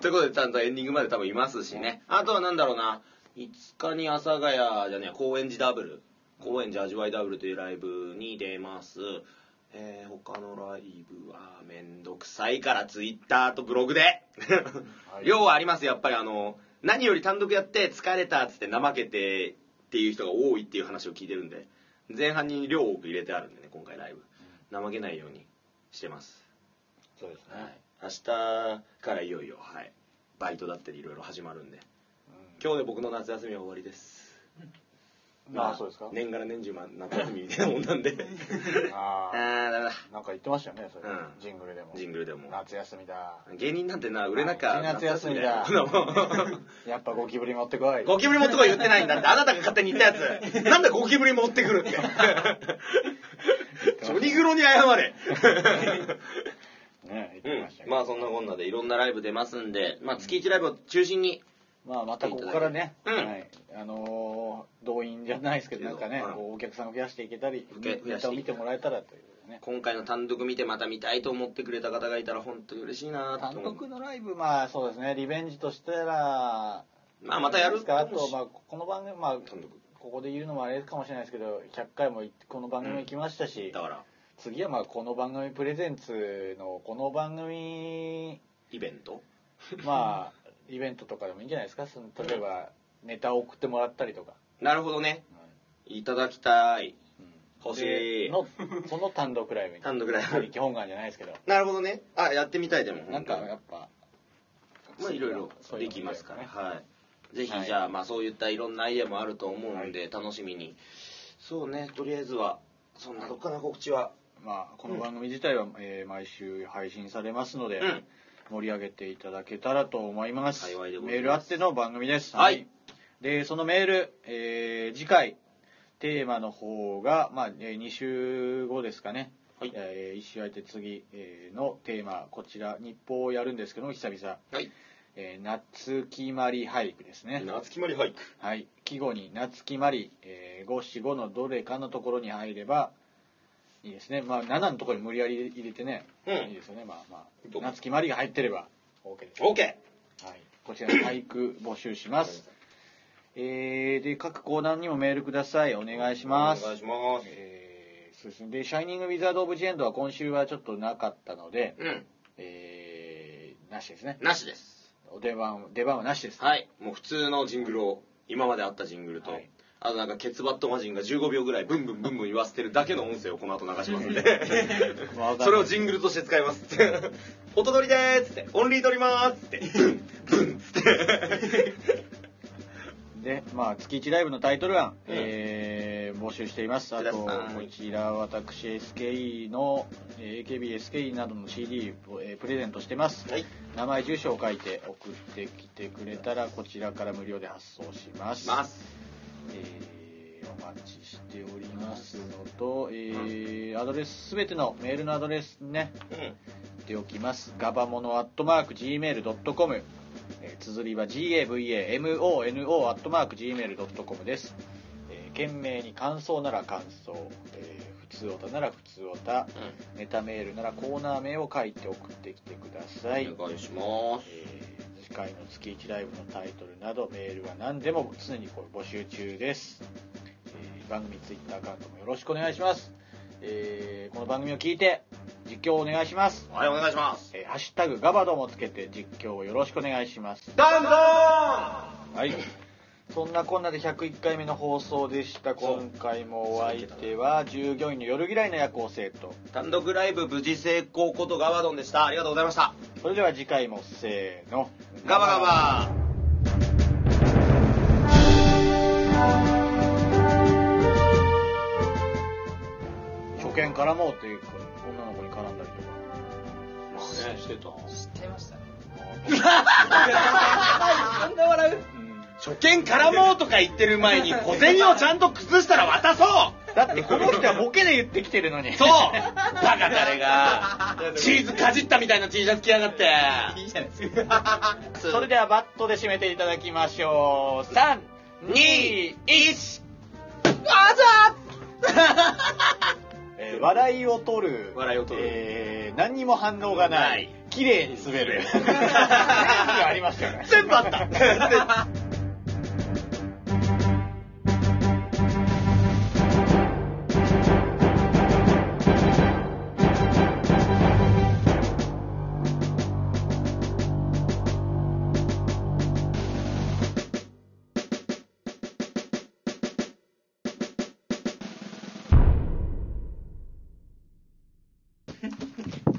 Speaker 2: ということでちゃんとエンディングまで多分いますしねあとはなんだろうな5日に阿佐ヶ谷じゃねえ高円寺ダブル高円寺味わいダブルというライブに出ますえー、他のライブはめんどくさいからツイッターとブログで量はありますやっぱりあの何より単独やって疲れたっつって怠けてっていう人が多いっていう話を聞いてるんで前半に量を多く入れてあるんでね今回ライブ怠けないようにしてます
Speaker 3: そうですね。
Speaker 2: はい、明日からいよいよ、はい、バイトだったりいろいろ始まるんで今日で僕の夏休みは終わりです
Speaker 3: うんああそうですか。
Speaker 2: 年がら年中ま夏休みみたいなもんなんであ
Speaker 3: あ
Speaker 2: あ
Speaker 3: あ
Speaker 2: ダメだ
Speaker 3: なんか言ってましたよねそれ、
Speaker 2: うん
Speaker 3: ジングルでも。
Speaker 2: ジングルでも
Speaker 3: 夏休みだ。
Speaker 2: 芸人なんてな売れなきゃ
Speaker 3: 夏休 みだ
Speaker 2: 夏休みだよ
Speaker 3: やっぱゴキブリ持ってこい。
Speaker 2: ゴキブリ持ってこい言ってないんだってあなたが勝手に言ったやつなんでゴキブリ持ってくるって ジョニグロに謝れ
Speaker 3: ね、
Speaker 2: う
Speaker 3: 言って
Speaker 2: ん
Speaker 3: ました、けど
Speaker 2: まあそんなこんなでいろんなライブ出ますんで、まあ、月1ライブを中心に
Speaker 3: まあまたここからね、
Speaker 2: うん
Speaker 3: はい、あのー動員じゃないですけどなんかね、
Speaker 2: うん
Speaker 3: こうお客さんを増やしていけたり
Speaker 2: 増や、してい
Speaker 3: ネタを見てもらえたらというね。
Speaker 2: 今回の単独見てまた見たいと思ってくれた方がいたら本当に嬉しいなと
Speaker 3: 単
Speaker 2: 思う
Speaker 3: 独のライブまあそうですねリベンジとしたら、
Speaker 2: まあまたやる
Speaker 3: ですかあ
Speaker 2: と思う
Speaker 3: と
Speaker 2: し
Speaker 3: まあこの番組まあ
Speaker 2: 単独
Speaker 3: ここで言うのもあれかもしれないですけど100回もこの番組行きましたし、
Speaker 2: だから
Speaker 3: 次はまあこの番組プレゼンツのこの番組
Speaker 2: イベント
Speaker 3: まあイベントとかでもいいんじゃないですかその例えばネタを送ってもらったりとか、
Speaker 2: なるほどねいただきたい欲し
Speaker 3: で
Speaker 2: い
Speaker 3: のその単独ライブに
Speaker 2: 単独ライブ
Speaker 3: 基 本願じゃないですけど
Speaker 2: なるほどねあやってみたいでも
Speaker 3: なんか
Speaker 2: 本当に
Speaker 3: やっぱ
Speaker 2: まあいろいろ
Speaker 3: そういう
Speaker 2: で
Speaker 3: の
Speaker 2: きますから
Speaker 3: いいです
Speaker 2: はいぜひ
Speaker 3: はい
Speaker 2: じゃあまあそういったいろんなアイデアもあると思うんで楽しみにそうねとりあえずはそんなとこかな告知は
Speaker 3: まあこの番組自体は、えー毎週配信されますので、
Speaker 2: うん
Speaker 3: 盛り上げていただけたらと思います。
Speaker 2: 幸いでございます
Speaker 3: メールあっての番組です。
Speaker 2: はい
Speaker 3: で、そのメール、えー次回、テーマの方が、まあ、2週後ですかね。
Speaker 2: はい
Speaker 3: えー一週空いて次、えーのテーマ、こちら、日報をやるんですけども、久々。
Speaker 2: はい
Speaker 3: えー夏決まり俳句ですね。
Speaker 2: 夏決まり俳句
Speaker 3: はい、季語に夏決まり、えー、五七五のどれかのところに入ればいいですね、まあ、7のところに無理やり入れてね、
Speaker 2: うん
Speaker 3: いいですよね、まあま
Speaker 2: いいと
Speaker 3: あ、
Speaker 2: 思う
Speaker 3: 夏決まりが入ってれば OK です、
Speaker 2: OK はい
Speaker 3: はい、こちらに俳句募集します、えー、で各コーナーにもメールくださいお願いします
Speaker 2: お願いします
Speaker 3: えーそうですねで「シャイニング・ウィザード・オブ・ジ・エンド」は今週はちょっとなかったので、
Speaker 2: うん
Speaker 3: えーなしですね
Speaker 2: なしです
Speaker 3: お出番出番はなしです、
Speaker 2: はいもう普通のジングルを今まであったジングルと、
Speaker 3: はい
Speaker 2: あとなんかケツバットマジンが15秒ぐらいブンブンブンブン言わせてるだけの音声をこの後流します んで
Speaker 3: まあわかんない
Speaker 2: それをジングルとして使います って音取りでーっつってオンリー取りまーすってブンブンっつって
Speaker 3: で、まあ、月1ライブのタイトル案、えー募集しています。あと、こ
Speaker 2: はい
Speaker 3: ちら私 SKE の、えー AKBSKE などの CD を、えープレゼントしてます。
Speaker 2: はい
Speaker 3: 名前、住所を書いて送ってきてくれたら、こちらから無料で発送します。
Speaker 2: ます
Speaker 3: えーお待ちしておりますのと、えーアドレス、すべてのメールのアドレスね、
Speaker 2: うん
Speaker 3: 言っておきます。ガバモノアットマーク Gmail.com。えー綴りは GAVAMONO アットマーク Gmail.com です。えー、件名に感想なら感想、えー普通おたなら普通おた、ネタメールならコーナー名を書いて送ってきてください。
Speaker 2: お願いします
Speaker 3: えー次回の月1ライブのタイトルなどメールは何でも常にこう募集中です、えー番組ツイッターアカウントもよろしくお願いします、えーこの番組を聞いて実況をお願いします、
Speaker 2: はいお願いします
Speaker 3: えーハッシュタグガバドンもつけて実況をよろしくお願いします
Speaker 2: ダン
Speaker 3: はいそんなこんなで101回目の放送でした今回もお相手は従業員の夜嫌いの夜行性と
Speaker 2: 単独ライブ無事成功ことガバドンでしたありがとうございました
Speaker 3: それでは次回もせーの
Speaker 2: ガバガバ
Speaker 3: 初見絡もうというか女の子に絡んだりとか
Speaker 2: まあねしてた
Speaker 8: 知ってましたね。
Speaker 2: 初見絡もうとか言ってる前に小銭をちゃんと崩したら渡そう
Speaker 3: だってこの人はボケで言ってきてるのに。
Speaker 2: そうバカ誰が チーズかじったみたいな T シャツ着やがって
Speaker 8: いいじゃないですか。
Speaker 3: それではバットで締めていただきましょう。3、2、1。えー笑いを取る。
Speaker 2: 笑いを取る
Speaker 3: えー何にも反応がな
Speaker 2: ない
Speaker 3: い。綺麗に滑 る。
Speaker 2: 滑る
Speaker 3: ありますよね。
Speaker 2: 全部あった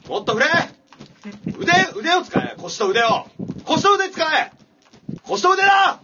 Speaker 2: もっと振れ腕、腕を使え腰と腕を腰と腕使え腰と腕だ